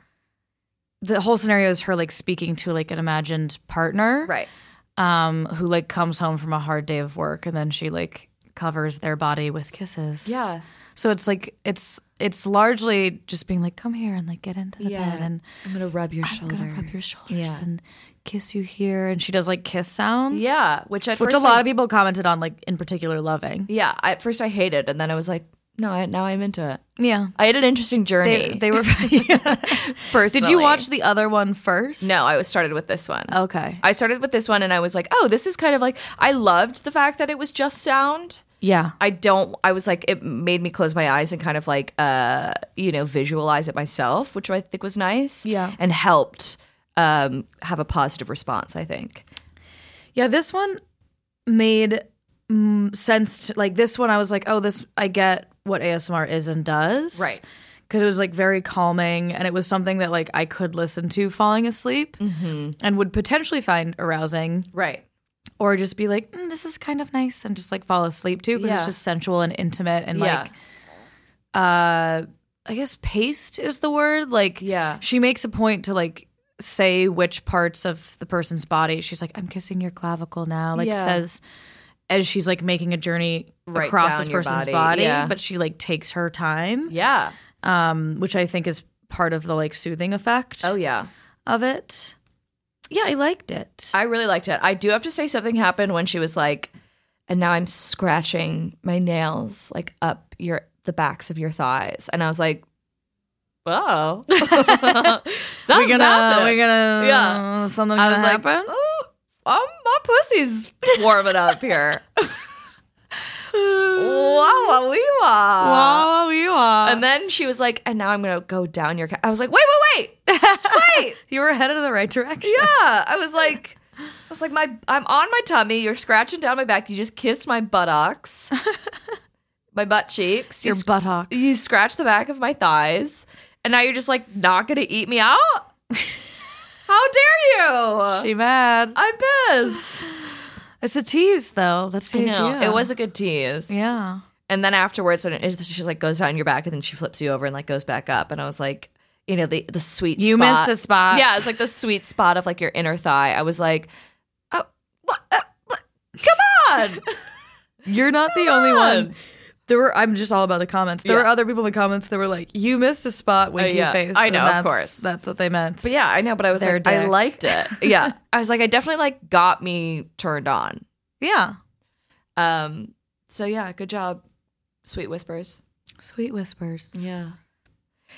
Speaker 3: The whole scenario is her like speaking to like an imagined partner,
Speaker 2: Right.
Speaker 3: Um, who like comes home from a hard day of work, and then she like covers their body with kisses.
Speaker 2: Yeah.
Speaker 3: So it's like it's it's largely just being like, come here and like get into the
Speaker 2: Yeah.
Speaker 3: bed and
Speaker 2: I'm gonna rub your
Speaker 3: I'm
Speaker 2: shoulder.
Speaker 3: gonna rub your shoulders
Speaker 2: Yeah.
Speaker 3: and kiss you here. And she does like kiss sounds.
Speaker 2: Yeah, which at
Speaker 3: Which
Speaker 2: first
Speaker 3: a lot
Speaker 2: I-
Speaker 3: of people commented on, like in particular, loving.
Speaker 2: yeah. I- At first I hated, and then I was like, no, I, now I'm into it.
Speaker 3: Yeah.
Speaker 2: I had an interesting journey.
Speaker 3: They, they were. First, did you
Speaker 2: personally.
Speaker 3: watch the other one first?
Speaker 2: no, I was started with this one.
Speaker 3: Okay.
Speaker 2: I started with this one, and I was like, oh, this is kind of like I loved the fact that it was just sound.
Speaker 3: Yeah.
Speaker 2: I don't. I was like, it made me close my eyes and kind of like, uh, you know, visualize it myself, which I think was nice.
Speaker 3: Yeah.
Speaker 2: and helped um, have a positive response. I think.
Speaker 3: Yeah, this one made mm, sense. To, like this one, I was like, oh, this I get what ASMR is and does,
Speaker 2: Right.
Speaker 3: Because it was like very calming, and it was something that like I could listen to falling asleep, and would potentially find arousing,
Speaker 2: Right.
Speaker 3: or just be like, mm, this is kind of nice, and just like fall asleep to because
Speaker 2: Yeah.
Speaker 3: it's just sensual and intimate and
Speaker 2: Yeah.
Speaker 3: like, uh, I guess paced is the word. Like,
Speaker 2: Yeah.
Speaker 3: she makes a point to like say which parts of the person's body. She's like, I'm kissing your clavicle now. Like
Speaker 2: Yeah.
Speaker 3: says as she's like making a journey
Speaker 2: Right
Speaker 3: across
Speaker 2: down
Speaker 3: this
Speaker 2: your
Speaker 3: person's
Speaker 2: body,
Speaker 3: body,
Speaker 2: yeah.
Speaker 3: but she like takes her time,
Speaker 2: Yeah.
Speaker 3: um, which I think is part of the like soothing effect
Speaker 2: Oh yeah.
Speaker 3: of it. Yeah, I liked it.
Speaker 2: I really liked it. I do have to say something happened when she was like, and now I'm scratching my nails like up your the backs of your thighs, and I was like, whoa,
Speaker 3: we're
Speaker 2: something's
Speaker 3: gonna,
Speaker 2: happening.
Speaker 3: we're gonna,
Speaker 2: Yeah.
Speaker 3: yeah, something
Speaker 2: I
Speaker 3: gonna
Speaker 2: was like,
Speaker 3: happen.
Speaker 2: oh, um, my pussy's warming up here. wow, wow, wee, wow.
Speaker 3: Wow, you are.
Speaker 2: And then she was like, and now I'm gonna go down your. Ca-. I was like, wait, wait, wait, wait.
Speaker 3: you were headed in the right direction.
Speaker 2: Yeah, I was like, I was like, my I'm on my tummy. You're scratching down my back. You just kissed my buttocks, my butt cheeks.
Speaker 3: your
Speaker 2: you, sc-
Speaker 3: buttock.
Speaker 2: you scratched the back of my thighs, and now you're just like not gonna eat me out. How dare you?
Speaker 3: She mad.
Speaker 2: I'm pissed.
Speaker 3: It's a tease, though. That's the idea.
Speaker 2: it was a good tease.
Speaker 3: Yeah.
Speaker 2: and then afterwards, when it, she like goes down your back, and then she flips you over and like goes back up, and I was like. You know the the sweet.
Speaker 3: You
Speaker 2: spot.
Speaker 3: missed a spot.
Speaker 2: Yeah, it's like the sweet spot of like your inner thigh. I was like, oh, what, uh, what- come on.
Speaker 3: You're not the only
Speaker 2: on.
Speaker 3: one. There were. I'm just all about the comments. There
Speaker 2: Yeah.
Speaker 3: were other people in the comments that were like, "You missed a spot, winky
Speaker 2: yeah.
Speaker 3: face."
Speaker 2: I
Speaker 3: and
Speaker 2: know, of
Speaker 3: that's-
Speaker 2: course.
Speaker 3: That's what they meant.
Speaker 2: But yeah, I know, but I was
Speaker 3: Their
Speaker 2: like, I
Speaker 3: dick.
Speaker 2: liked it. Yeah. I was like, I definitely like got me turned on.
Speaker 3: yeah.
Speaker 2: Um, so yeah, good job, sweet whispers.
Speaker 3: Sweet whispers.
Speaker 2: Yeah.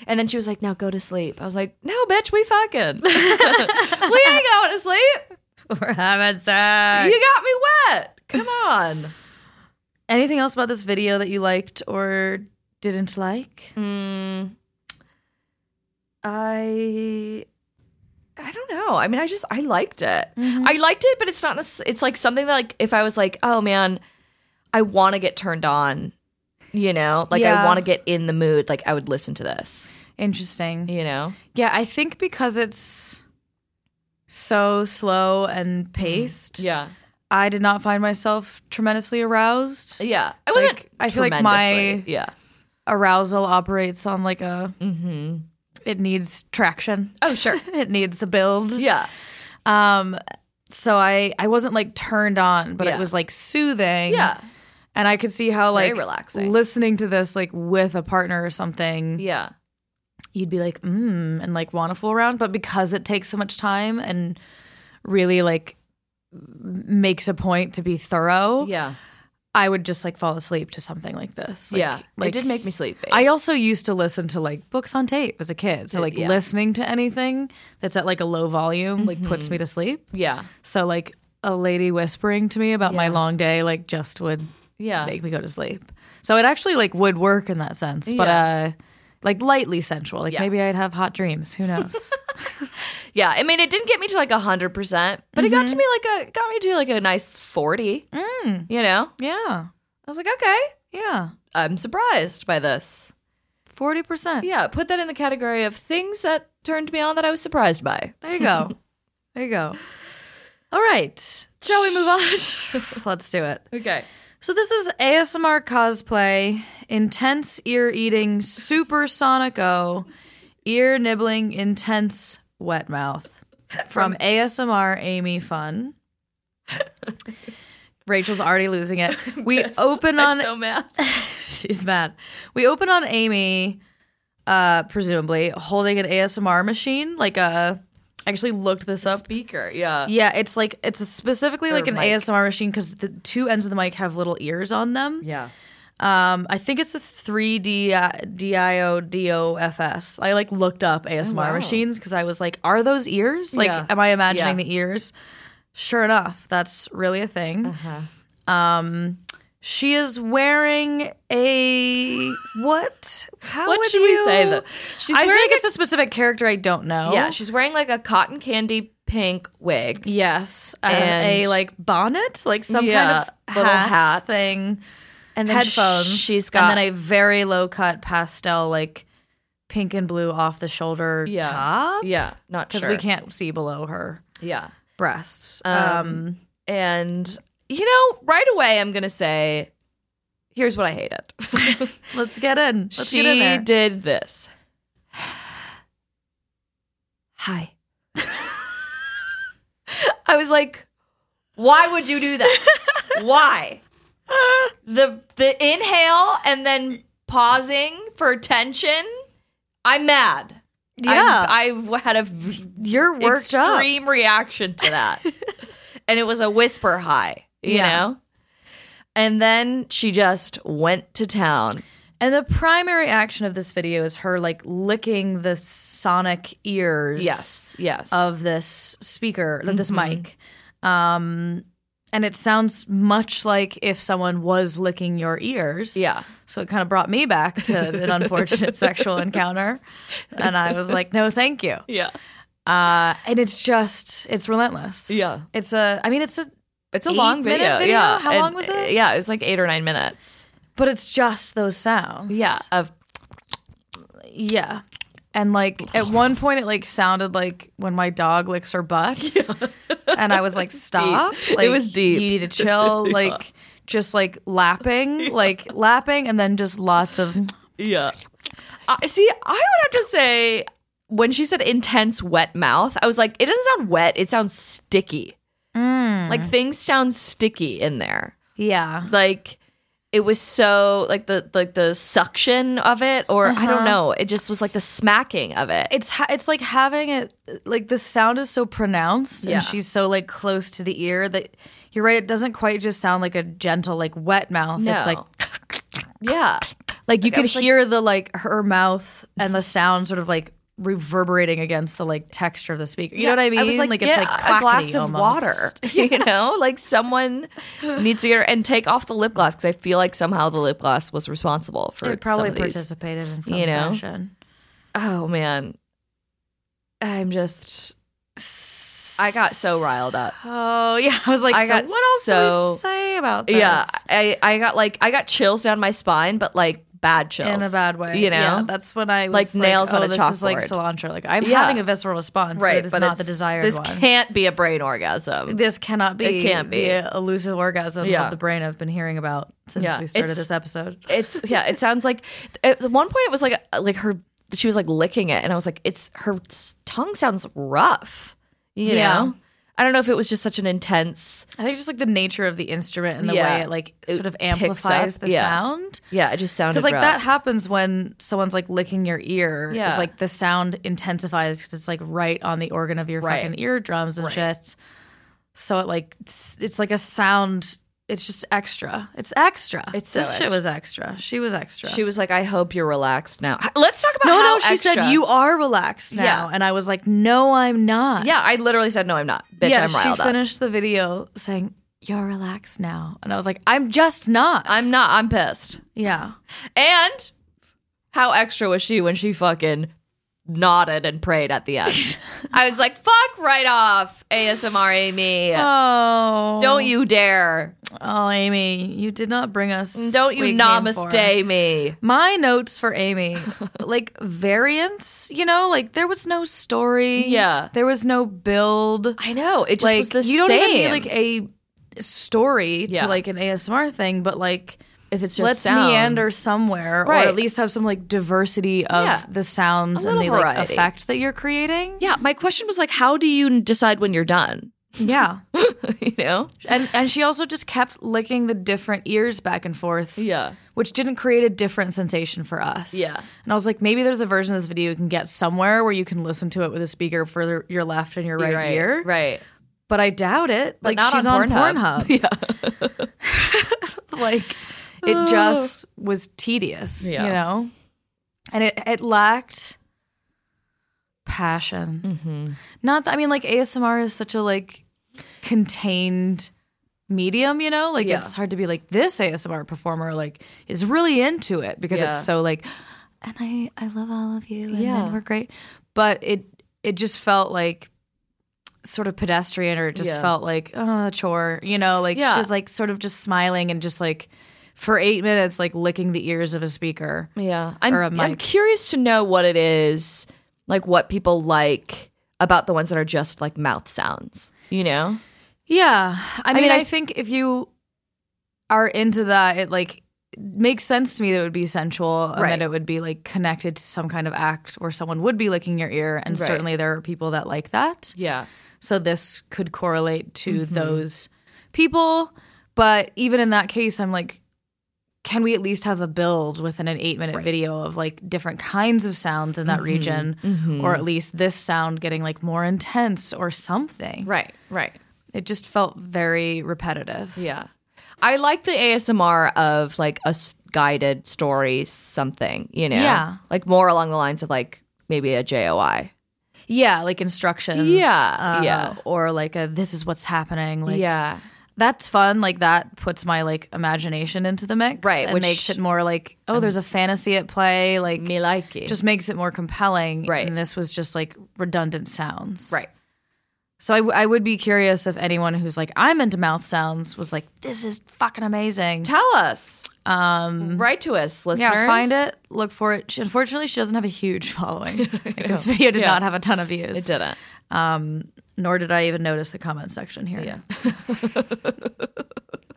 Speaker 2: And then she was like, now go to sleep. I was like, no, bitch, we fucking. we ain't going to sleep.
Speaker 3: We're having sex.
Speaker 2: You got me wet. Come on.
Speaker 3: Anything else about this video that you liked or didn't like?
Speaker 2: Mm, I I don't know. I mean, I just I liked it. I liked it, but it's not. necess- It's like something that like if I was like, oh man, I want to get turned on. You know, like I
Speaker 3: Yeah.
Speaker 2: want to get in the mood. Like I would listen to this.
Speaker 3: Interesting.
Speaker 2: You know,
Speaker 3: Yeah, I think because it's so slow and paced,
Speaker 2: yeah,
Speaker 3: I did not find myself tremendously aroused.
Speaker 2: yeah. I wasn't.
Speaker 3: Like, I feel like
Speaker 2: tremendously-
Speaker 3: my-
Speaker 2: yeah.
Speaker 3: Arousal operates on like a
Speaker 2: Mm-hmm.
Speaker 3: it needs traction.
Speaker 2: Oh, sure.
Speaker 3: it needs a build.
Speaker 2: Yeah,
Speaker 3: Um so I I wasn't like turned on, but
Speaker 2: Yeah.
Speaker 3: it was like soothing.
Speaker 2: yeah,
Speaker 3: And I could see how
Speaker 2: very
Speaker 3: like
Speaker 2: relaxing.
Speaker 3: listening to this like with a partner or something,
Speaker 2: yeah,
Speaker 3: you'd be like, mm, and like want to fool around. But because it takes so much time and really like m- makes a point to be thorough,
Speaker 2: yeah,
Speaker 3: I would just like fall asleep to something like this. Like-
Speaker 2: yeah.
Speaker 3: Like,
Speaker 2: it did make me sleepy.
Speaker 3: I also used to listen to like books on tape as a kid. So like
Speaker 2: Uh, yeah.
Speaker 3: listening to anything that's at like a low volume like
Speaker 2: Mm-hmm.
Speaker 3: puts me to sleep.
Speaker 2: yeah,
Speaker 3: So like a lady whispering to me about my long day like just would
Speaker 2: yeah.
Speaker 3: make me go to sleep. So it actually like would work in that sense, but uh like lightly sensual. Like
Speaker 2: Yeah.
Speaker 3: maybe I'd have hot dreams, who knows.
Speaker 2: Yeah, I mean, it didn't get me to like hundred percent, but it
Speaker 3: Mm-hmm.
Speaker 2: got to me like a got me to like a nice forty.
Speaker 3: Mm.
Speaker 2: You know,
Speaker 3: yeah.
Speaker 2: I was like, okay,
Speaker 3: Yeah.
Speaker 2: I'm surprised by this.
Speaker 3: 40%.
Speaker 2: Yeah, put that in the category of things that turned me on that I was surprised by.
Speaker 3: There you go. there you go. All right.
Speaker 2: Shall we move on?
Speaker 3: Let's do it.
Speaker 2: okay.
Speaker 3: So this is ASMR cosplay, intense ear eating, supersonico, ear nibbling, intense wet mouth from ASMR Amy Fun. Rachel's already losing it. We open on
Speaker 2: so mad.
Speaker 3: she's mad. We open on Amy, uh, presumably holding an ASMR machine, like a. I actually looked this up.
Speaker 2: Speaker, yeah.
Speaker 3: Yeah, it's like it's specifically like an
Speaker 2: mic.
Speaker 3: ASMR machine because the two ends of the mic have little ears on them.
Speaker 2: Yeah.
Speaker 3: Um, I think it's a 3D uh, DIODOFS. I like looked up ASMR machines because I was like, are those ears? Like,
Speaker 2: Oh, Yeah.
Speaker 3: am I imagining
Speaker 2: Yeah.
Speaker 3: the ears? Sure enough, that's really a thing. Um,
Speaker 2: Uh-huh.
Speaker 3: she is wearing a what? How
Speaker 2: What
Speaker 3: would
Speaker 2: should we say
Speaker 3: you-
Speaker 2: though? She's
Speaker 3: I
Speaker 2: wearing
Speaker 3: think
Speaker 2: a-
Speaker 3: it's a specific character I don't know.
Speaker 2: Yeah, she's wearing like a cotton candy pink wig.
Speaker 3: Yes, uh,
Speaker 2: And-
Speaker 3: a like bonnet, like some
Speaker 2: Yeah,
Speaker 3: kind of
Speaker 2: little
Speaker 3: hat
Speaker 2: hat.
Speaker 3: thing,
Speaker 2: And then
Speaker 3: headphones.
Speaker 2: she's got-
Speaker 3: and then a very low cut pastel, like pink and blue off the shoulder
Speaker 2: Yeah.
Speaker 3: top.
Speaker 2: Yeah, not
Speaker 3: because
Speaker 2: sure.
Speaker 3: we can't see below her
Speaker 2: Yeah.
Speaker 3: breasts.
Speaker 2: Um,
Speaker 3: Um,
Speaker 2: And you know, right away I'm going to say here's what I hated.
Speaker 3: let's get in. Let's
Speaker 2: she
Speaker 3: get in there.
Speaker 2: did this. Hi. I was like, why would you do that? why? The the inhale and then pausing for tension. I'm mad.
Speaker 3: Yeah.
Speaker 2: I'm- I had a
Speaker 3: You're worked up.
Speaker 2: extreme reaction to that, and it was a whisper high, you
Speaker 3: Yeah.
Speaker 2: know. And then she just went to town.
Speaker 3: And the primary action of this video is her like licking the sonic ears.
Speaker 2: yes.
Speaker 3: of this speaker, like this
Speaker 2: Mm-hmm.
Speaker 3: mic. Um, and it sounds much like if someone was licking your ears.
Speaker 2: Yeah.
Speaker 3: So it kind of brought me back to an unfortunate sexual encounter. And I was like, no, thank you.
Speaker 2: yeah,
Speaker 3: Uh, and it's just, it's relentless.
Speaker 2: yeah.
Speaker 3: It's a, I mean, it's a,
Speaker 2: It's a
Speaker 3: Eight
Speaker 2: long
Speaker 3: minute
Speaker 2: video.
Speaker 3: video?
Speaker 2: Yeah.
Speaker 3: How
Speaker 2: And-
Speaker 3: long was it?
Speaker 2: Yeah, it was like eight or nine minutes.
Speaker 3: but it's just those sounds.
Speaker 2: Of
Speaker 3: Yeah. And like at one point, it like sounded like when my dog licks her butt, and I was like, "Stop!"
Speaker 2: It
Speaker 3: Like,
Speaker 2: was deep.
Speaker 3: You need to chill. Like just like lapping, like lapping, and then just lots of
Speaker 2: yeah. I see, I would have to say when she said intense wet mouth, I was like, it doesn't sound wet. It sounds sticky.
Speaker 3: Mm.
Speaker 2: Like things sound sticky in there.
Speaker 3: yeah.
Speaker 2: Like it was so like the like the suction of it, or I don't know. It just was like the smacking of Uh-huh. it.
Speaker 3: It's ha- it's like having it like the sound is so pronounced,
Speaker 2: Yeah.
Speaker 3: and she's so like close to the ear that you're right. It doesn't quite just sound like a gentle like wet mouth. It's like
Speaker 2: No. yeah.
Speaker 3: Like you could hear the like her mouth and the sound sort of like reverberating against the like texture of the speaker. You know what I mean?
Speaker 2: I was like,
Speaker 3: it's
Speaker 2: yeah, a
Speaker 3: clackety
Speaker 2: glass of
Speaker 3: almost.
Speaker 2: water. You know, like someone needs to get her and take off the lip gloss because I feel like somehow the lip gloss was responsible for
Speaker 3: It
Speaker 2: some
Speaker 3: probably
Speaker 2: of these.
Speaker 3: participated in some
Speaker 2: you know?
Speaker 3: fashion.
Speaker 2: Oh man, I'm just. I got so riled up.
Speaker 3: Oh yeah, I was like,
Speaker 2: I
Speaker 3: so
Speaker 2: got
Speaker 3: what else do
Speaker 2: so-
Speaker 3: we say about this?
Speaker 2: Yeah, I I got like I got chills down my spine, but like bad chills
Speaker 3: in a bad way.
Speaker 2: You know,
Speaker 3: Yeah, that's when I was
Speaker 2: Like nails
Speaker 3: oh,
Speaker 2: on a
Speaker 3: this is like
Speaker 2: chalkboard.
Speaker 3: cilantro. Like I'm
Speaker 2: Yeah.
Speaker 3: having a visceral response,
Speaker 2: right.
Speaker 3: but it is
Speaker 2: but
Speaker 3: not the
Speaker 2: it's-
Speaker 3: desired
Speaker 2: This
Speaker 3: one.
Speaker 2: can't be a brain orgasm.
Speaker 3: this cannot be
Speaker 2: It can't be.
Speaker 3: the elusive orgasm
Speaker 2: Yeah.
Speaker 3: of the brain I've been hearing about since
Speaker 2: Yeah,
Speaker 3: we started
Speaker 2: it's-
Speaker 3: this episode.
Speaker 2: it's yeah it sounds like at one point it was like uh, like her she was like licking it and i was like it's her s- tongue sounds rough you
Speaker 3: Yeah.
Speaker 2: know i don't know if it was just such an intense
Speaker 3: I think just like the nature of the instrument and the
Speaker 2: Yeah.
Speaker 3: way it like
Speaker 2: It
Speaker 3: sort of
Speaker 2: picks
Speaker 3: amplifies
Speaker 2: up,
Speaker 3: the
Speaker 2: yeah.
Speaker 3: sound.
Speaker 2: yeah it just sounded
Speaker 3: Because like
Speaker 2: rough.
Speaker 3: that happens when someone's like licking your ear. Yeah.
Speaker 2: Yeah.
Speaker 3: It's like the sound intensifies because it's like right on the organ of your
Speaker 2: Right.
Speaker 3: fucking eardrums and shit. So it like it's, it's like a sound. It's just extra. It's extra.
Speaker 2: It's
Speaker 3: this
Speaker 2: so
Speaker 3: shit was extra. She was extra.
Speaker 2: she was like i hope you're relaxed now H- let's talk about
Speaker 3: no,
Speaker 2: how
Speaker 3: no. She
Speaker 2: extra-
Speaker 3: said you are relaxed now,
Speaker 2: Yeah.
Speaker 3: and I was like, no, I'm not.
Speaker 2: yeah i literally said no i'm not bitch
Speaker 3: yeah.
Speaker 2: i'm riled
Speaker 3: she
Speaker 2: up
Speaker 3: finished the video saying. You're relaxed now. And I was like, I'm just not.
Speaker 2: i'm not i'm pissed
Speaker 3: Yeah.
Speaker 2: and how extra was she when she fucking nodded and prayed at the end i was like fuck right off asmr amy
Speaker 3: Oh.
Speaker 2: don't you dare
Speaker 3: Oh, Amy, you did not bring us.
Speaker 2: Mm, Don't you
Speaker 3: we came for.
Speaker 2: namaste me.
Speaker 3: My notes for Amy, like variants, you know, like there was no story.
Speaker 2: Yeah.
Speaker 3: There was no build.
Speaker 2: I know. It just
Speaker 3: like
Speaker 2: was the
Speaker 3: you don't
Speaker 2: same.
Speaker 3: even need like a story
Speaker 2: Yeah.
Speaker 3: to like an ASMR thing, but like
Speaker 2: if it's just
Speaker 3: let's
Speaker 2: sounds.
Speaker 3: meander somewhere
Speaker 2: Right.
Speaker 3: or at least have some like diversity of
Speaker 2: Yeah.
Speaker 3: the sounds
Speaker 2: A
Speaker 3: and
Speaker 2: little
Speaker 3: the
Speaker 2: variety.
Speaker 3: like effect that you're creating.
Speaker 2: Yeah, my question was like, how do you decide when you're done?
Speaker 3: Yeah.
Speaker 2: you know?
Speaker 3: and and she also just kept licking the different ears back and forth.
Speaker 2: Yeah.
Speaker 3: Which didn't create a different sensation for us.
Speaker 2: Yeah.
Speaker 3: And I was like, maybe there's a version of this video you can get somewhere where you can listen to it with a speaker for your left and your right,
Speaker 2: right.
Speaker 3: ear.
Speaker 2: Right.
Speaker 3: But I doubt it. like
Speaker 2: not
Speaker 3: she's
Speaker 2: on
Speaker 3: on
Speaker 2: Pornhub.
Speaker 3: Pornhub. Yeah. like it just was tedious,
Speaker 2: Yeah.
Speaker 3: you know? And it it lacked passion.
Speaker 2: Mm-hmm.
Speaker 3: Not that, I mean like ASMR is such a like contained medium, you know? Like
Speaker 2: Yeah.
Speaker 3: it's hard to be like this ASMR performer like is really into it because
Speaker 2: Yeah.
Speaker 3: it's so like and I I love all of you and
Speaker 2: Yeah.
Speaker 3: then we're great. But it it just felt like sort of pedestrian or it just
Speaker 2: Yeah.
Speaker 3: felt like oh, a chore, you know, like
Speaker 2: Yeah.
Speaker 3: she was like sort of just smiling and just like for 8 minutes like licking the ears of a speaker.
Speaker 2: Yeah. I'm,
Speaker 3: Or a
Speaker 2: I'm
Speaker 3: mic.
Speaker 2: curious to know what it is, like what people like about the ones that are just like mouth sounds, you know?
Speaker 3: Yeah. I mean, I,
Speaker 2: mean, I-
Speaker 3: think if you are into that, it like makes sense to me that it would be sensual and
Speaker 2: Right.
Speaker 3: that it would be like connected to some kind of act where someone would be licking your ear. And
Speaker 2: Right.
Speaker 3: certainly there are people that like that.
Speaker 2: Yeah.
Speaker 3: So this could correlate to
Speaker 2: Mm-hmm.
Speaker 3: those people. But even in that case, I'm like, can we at least have a build within an eight minute video of like different kinds of sounds in that
Speaker 2: Mm-hmm.
Speaker 3: region, or at least this sound getting like more intense or something?
Speaker 2: Right. Right.
Speaker 3: It just felt very repetitive.
Speaker 2: Yeah. I like the ASMR of like a s- guided story, something, you know?
Speaker 3: Yeah.
Speaker 2: Like more along the lines of like maybe a JOI.
Speaker 3: Yeah, like instructions. uh,
Speaker 2: Yeah, yeah.
Speaker 3: Or like a this is what's happening. Like
Speaker 2: yeah.
Speaker 3: that's fun. Like that puts my like imagination into the mix.
Speaker 2: Right,
Speaker 3: And
Speaker 2: which-
Speaker 3: makes it more like, oh, there's a fantasy at play. Like
Speaker 2: Me like it.
Speaker 3: just makes it more compelling.
Speaker 2: Right.
Speaker 3: And this was just like redundant sounds.
Speaker 2: Right.
Speaker 3: So I, w- I would be curious if anyone who's like, I'm into mouth sounds was like, this is fucking amazing.
Speaker 2: Tell us. Um, Write to us, listeners.
Speaker 3: Yeah, find it, look for it. She, unfortunately, she doesn't have a huge following. Like, this video did not have a ton of views.
Speaker 2: It didn't.
Speaker 3: Nor did I even notice the comment section here. Yeah.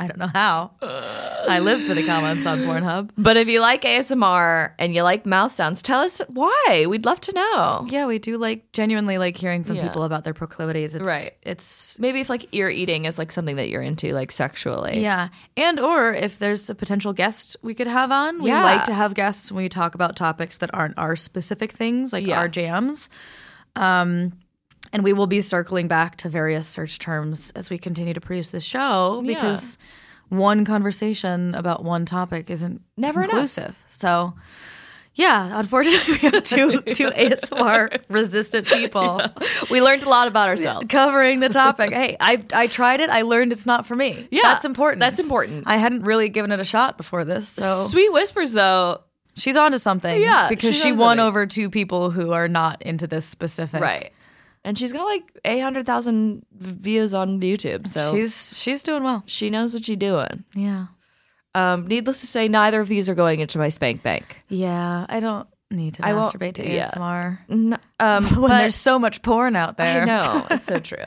Speaker 3: I don't know how. I live for the comments on Pornhub.
Speaker 2: But if you like ASMR and you like mouth sounds, tell us why. We'd love to know.
Speaker 3: Yeah, we do like genuinely like hearing from
Speaker 2: Yeah.
Speaker 3: people about their proclivities. It's,
Speaker 2: Right.
Speaker 3: It's
Speaker 2: Maybe if like ear eating is like something that you're into, like sexually.
Speaker 3: yeah, and or if there's a potential guest we could have on, we
Speaker 2: Yeah.
Speaker 3: like to have guests when we talk about topics that aren't our specific things, like
Speaker 2: Yeah.
Speaker 3: our jams. Um, and we will be circling back to various search terms as we continue to produce this show
Speaker 2: Yeah.
Speaker 3: because one conversation about one topic isn't
Speaker 2: Never enough.
Speaker 3: conclusive. So. Yeah, unfortunately, we have two, two ASMR resistant people
Speaker 2: We learned a lot about ourselves.
Speaker 3: covering the topic. hey, I I tried it. I learned it's not for me.
Speaker 2: Yeah,
Speaker 3: that's important.
Speaker 2: that's important.
Speaker 3: I hadn't really given it a shot before this, so
Speaker 2: Sweet Whispers, though.
Speaker 3: she's onto something.
Speaker 2: Yeah,
Speaker 3: because
Speaker 2: she's
Speaker 3: she
Speaker 2: onto
Speaker 3: won
Speaker 2: something.
Speaker 3: over two people who are not into this specific.
Speaker 2: Right. And she's got like 800,000 views on YouTube. So
Speaker 3: She's she's doing well.
Speaker 2: she knows what she's doing.
Speaker 3: Yeah.
Speaker 2: Um, needless to say, neither of these are going into my spank bank.
Speaker 3: Yeah. I don't need to
Speaker 2: I won't-
Speaker 3: masturbate to
Speaker 2: yeah.
Speaker 3: ASMR
Speaker 2: N- um,
Speaker 3: when
Speaker 2: but-
Speaker 3: there's so much porn out there.
Speaker 2: I know. It's so true.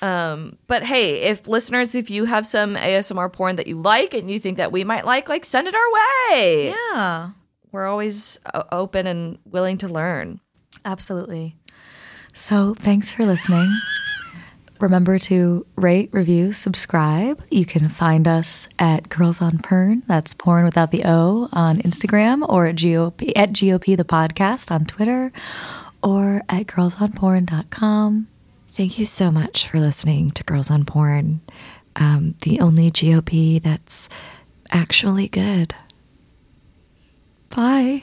Speaker 2: Um, but hey, if listeners, if you have some ASMR porn that you like and you think that we might like, like send it our way.
Speaker 3: Yeah.
Speaker 2: We're always o- open and willing to learn.
Speaker 3: Absolutely. So thanks for listening. Remember to rate, review, subscribe. You can find us at Girls on Pern, that's porn without the O on Instagram, or at GOP at GOP the podcast on Twitter, or at girlsonporn.com.
Speaker 1: Thank you so much for listening to Girls on Porn, um, the only GOP that's actually good.
Speaker 2: Bye.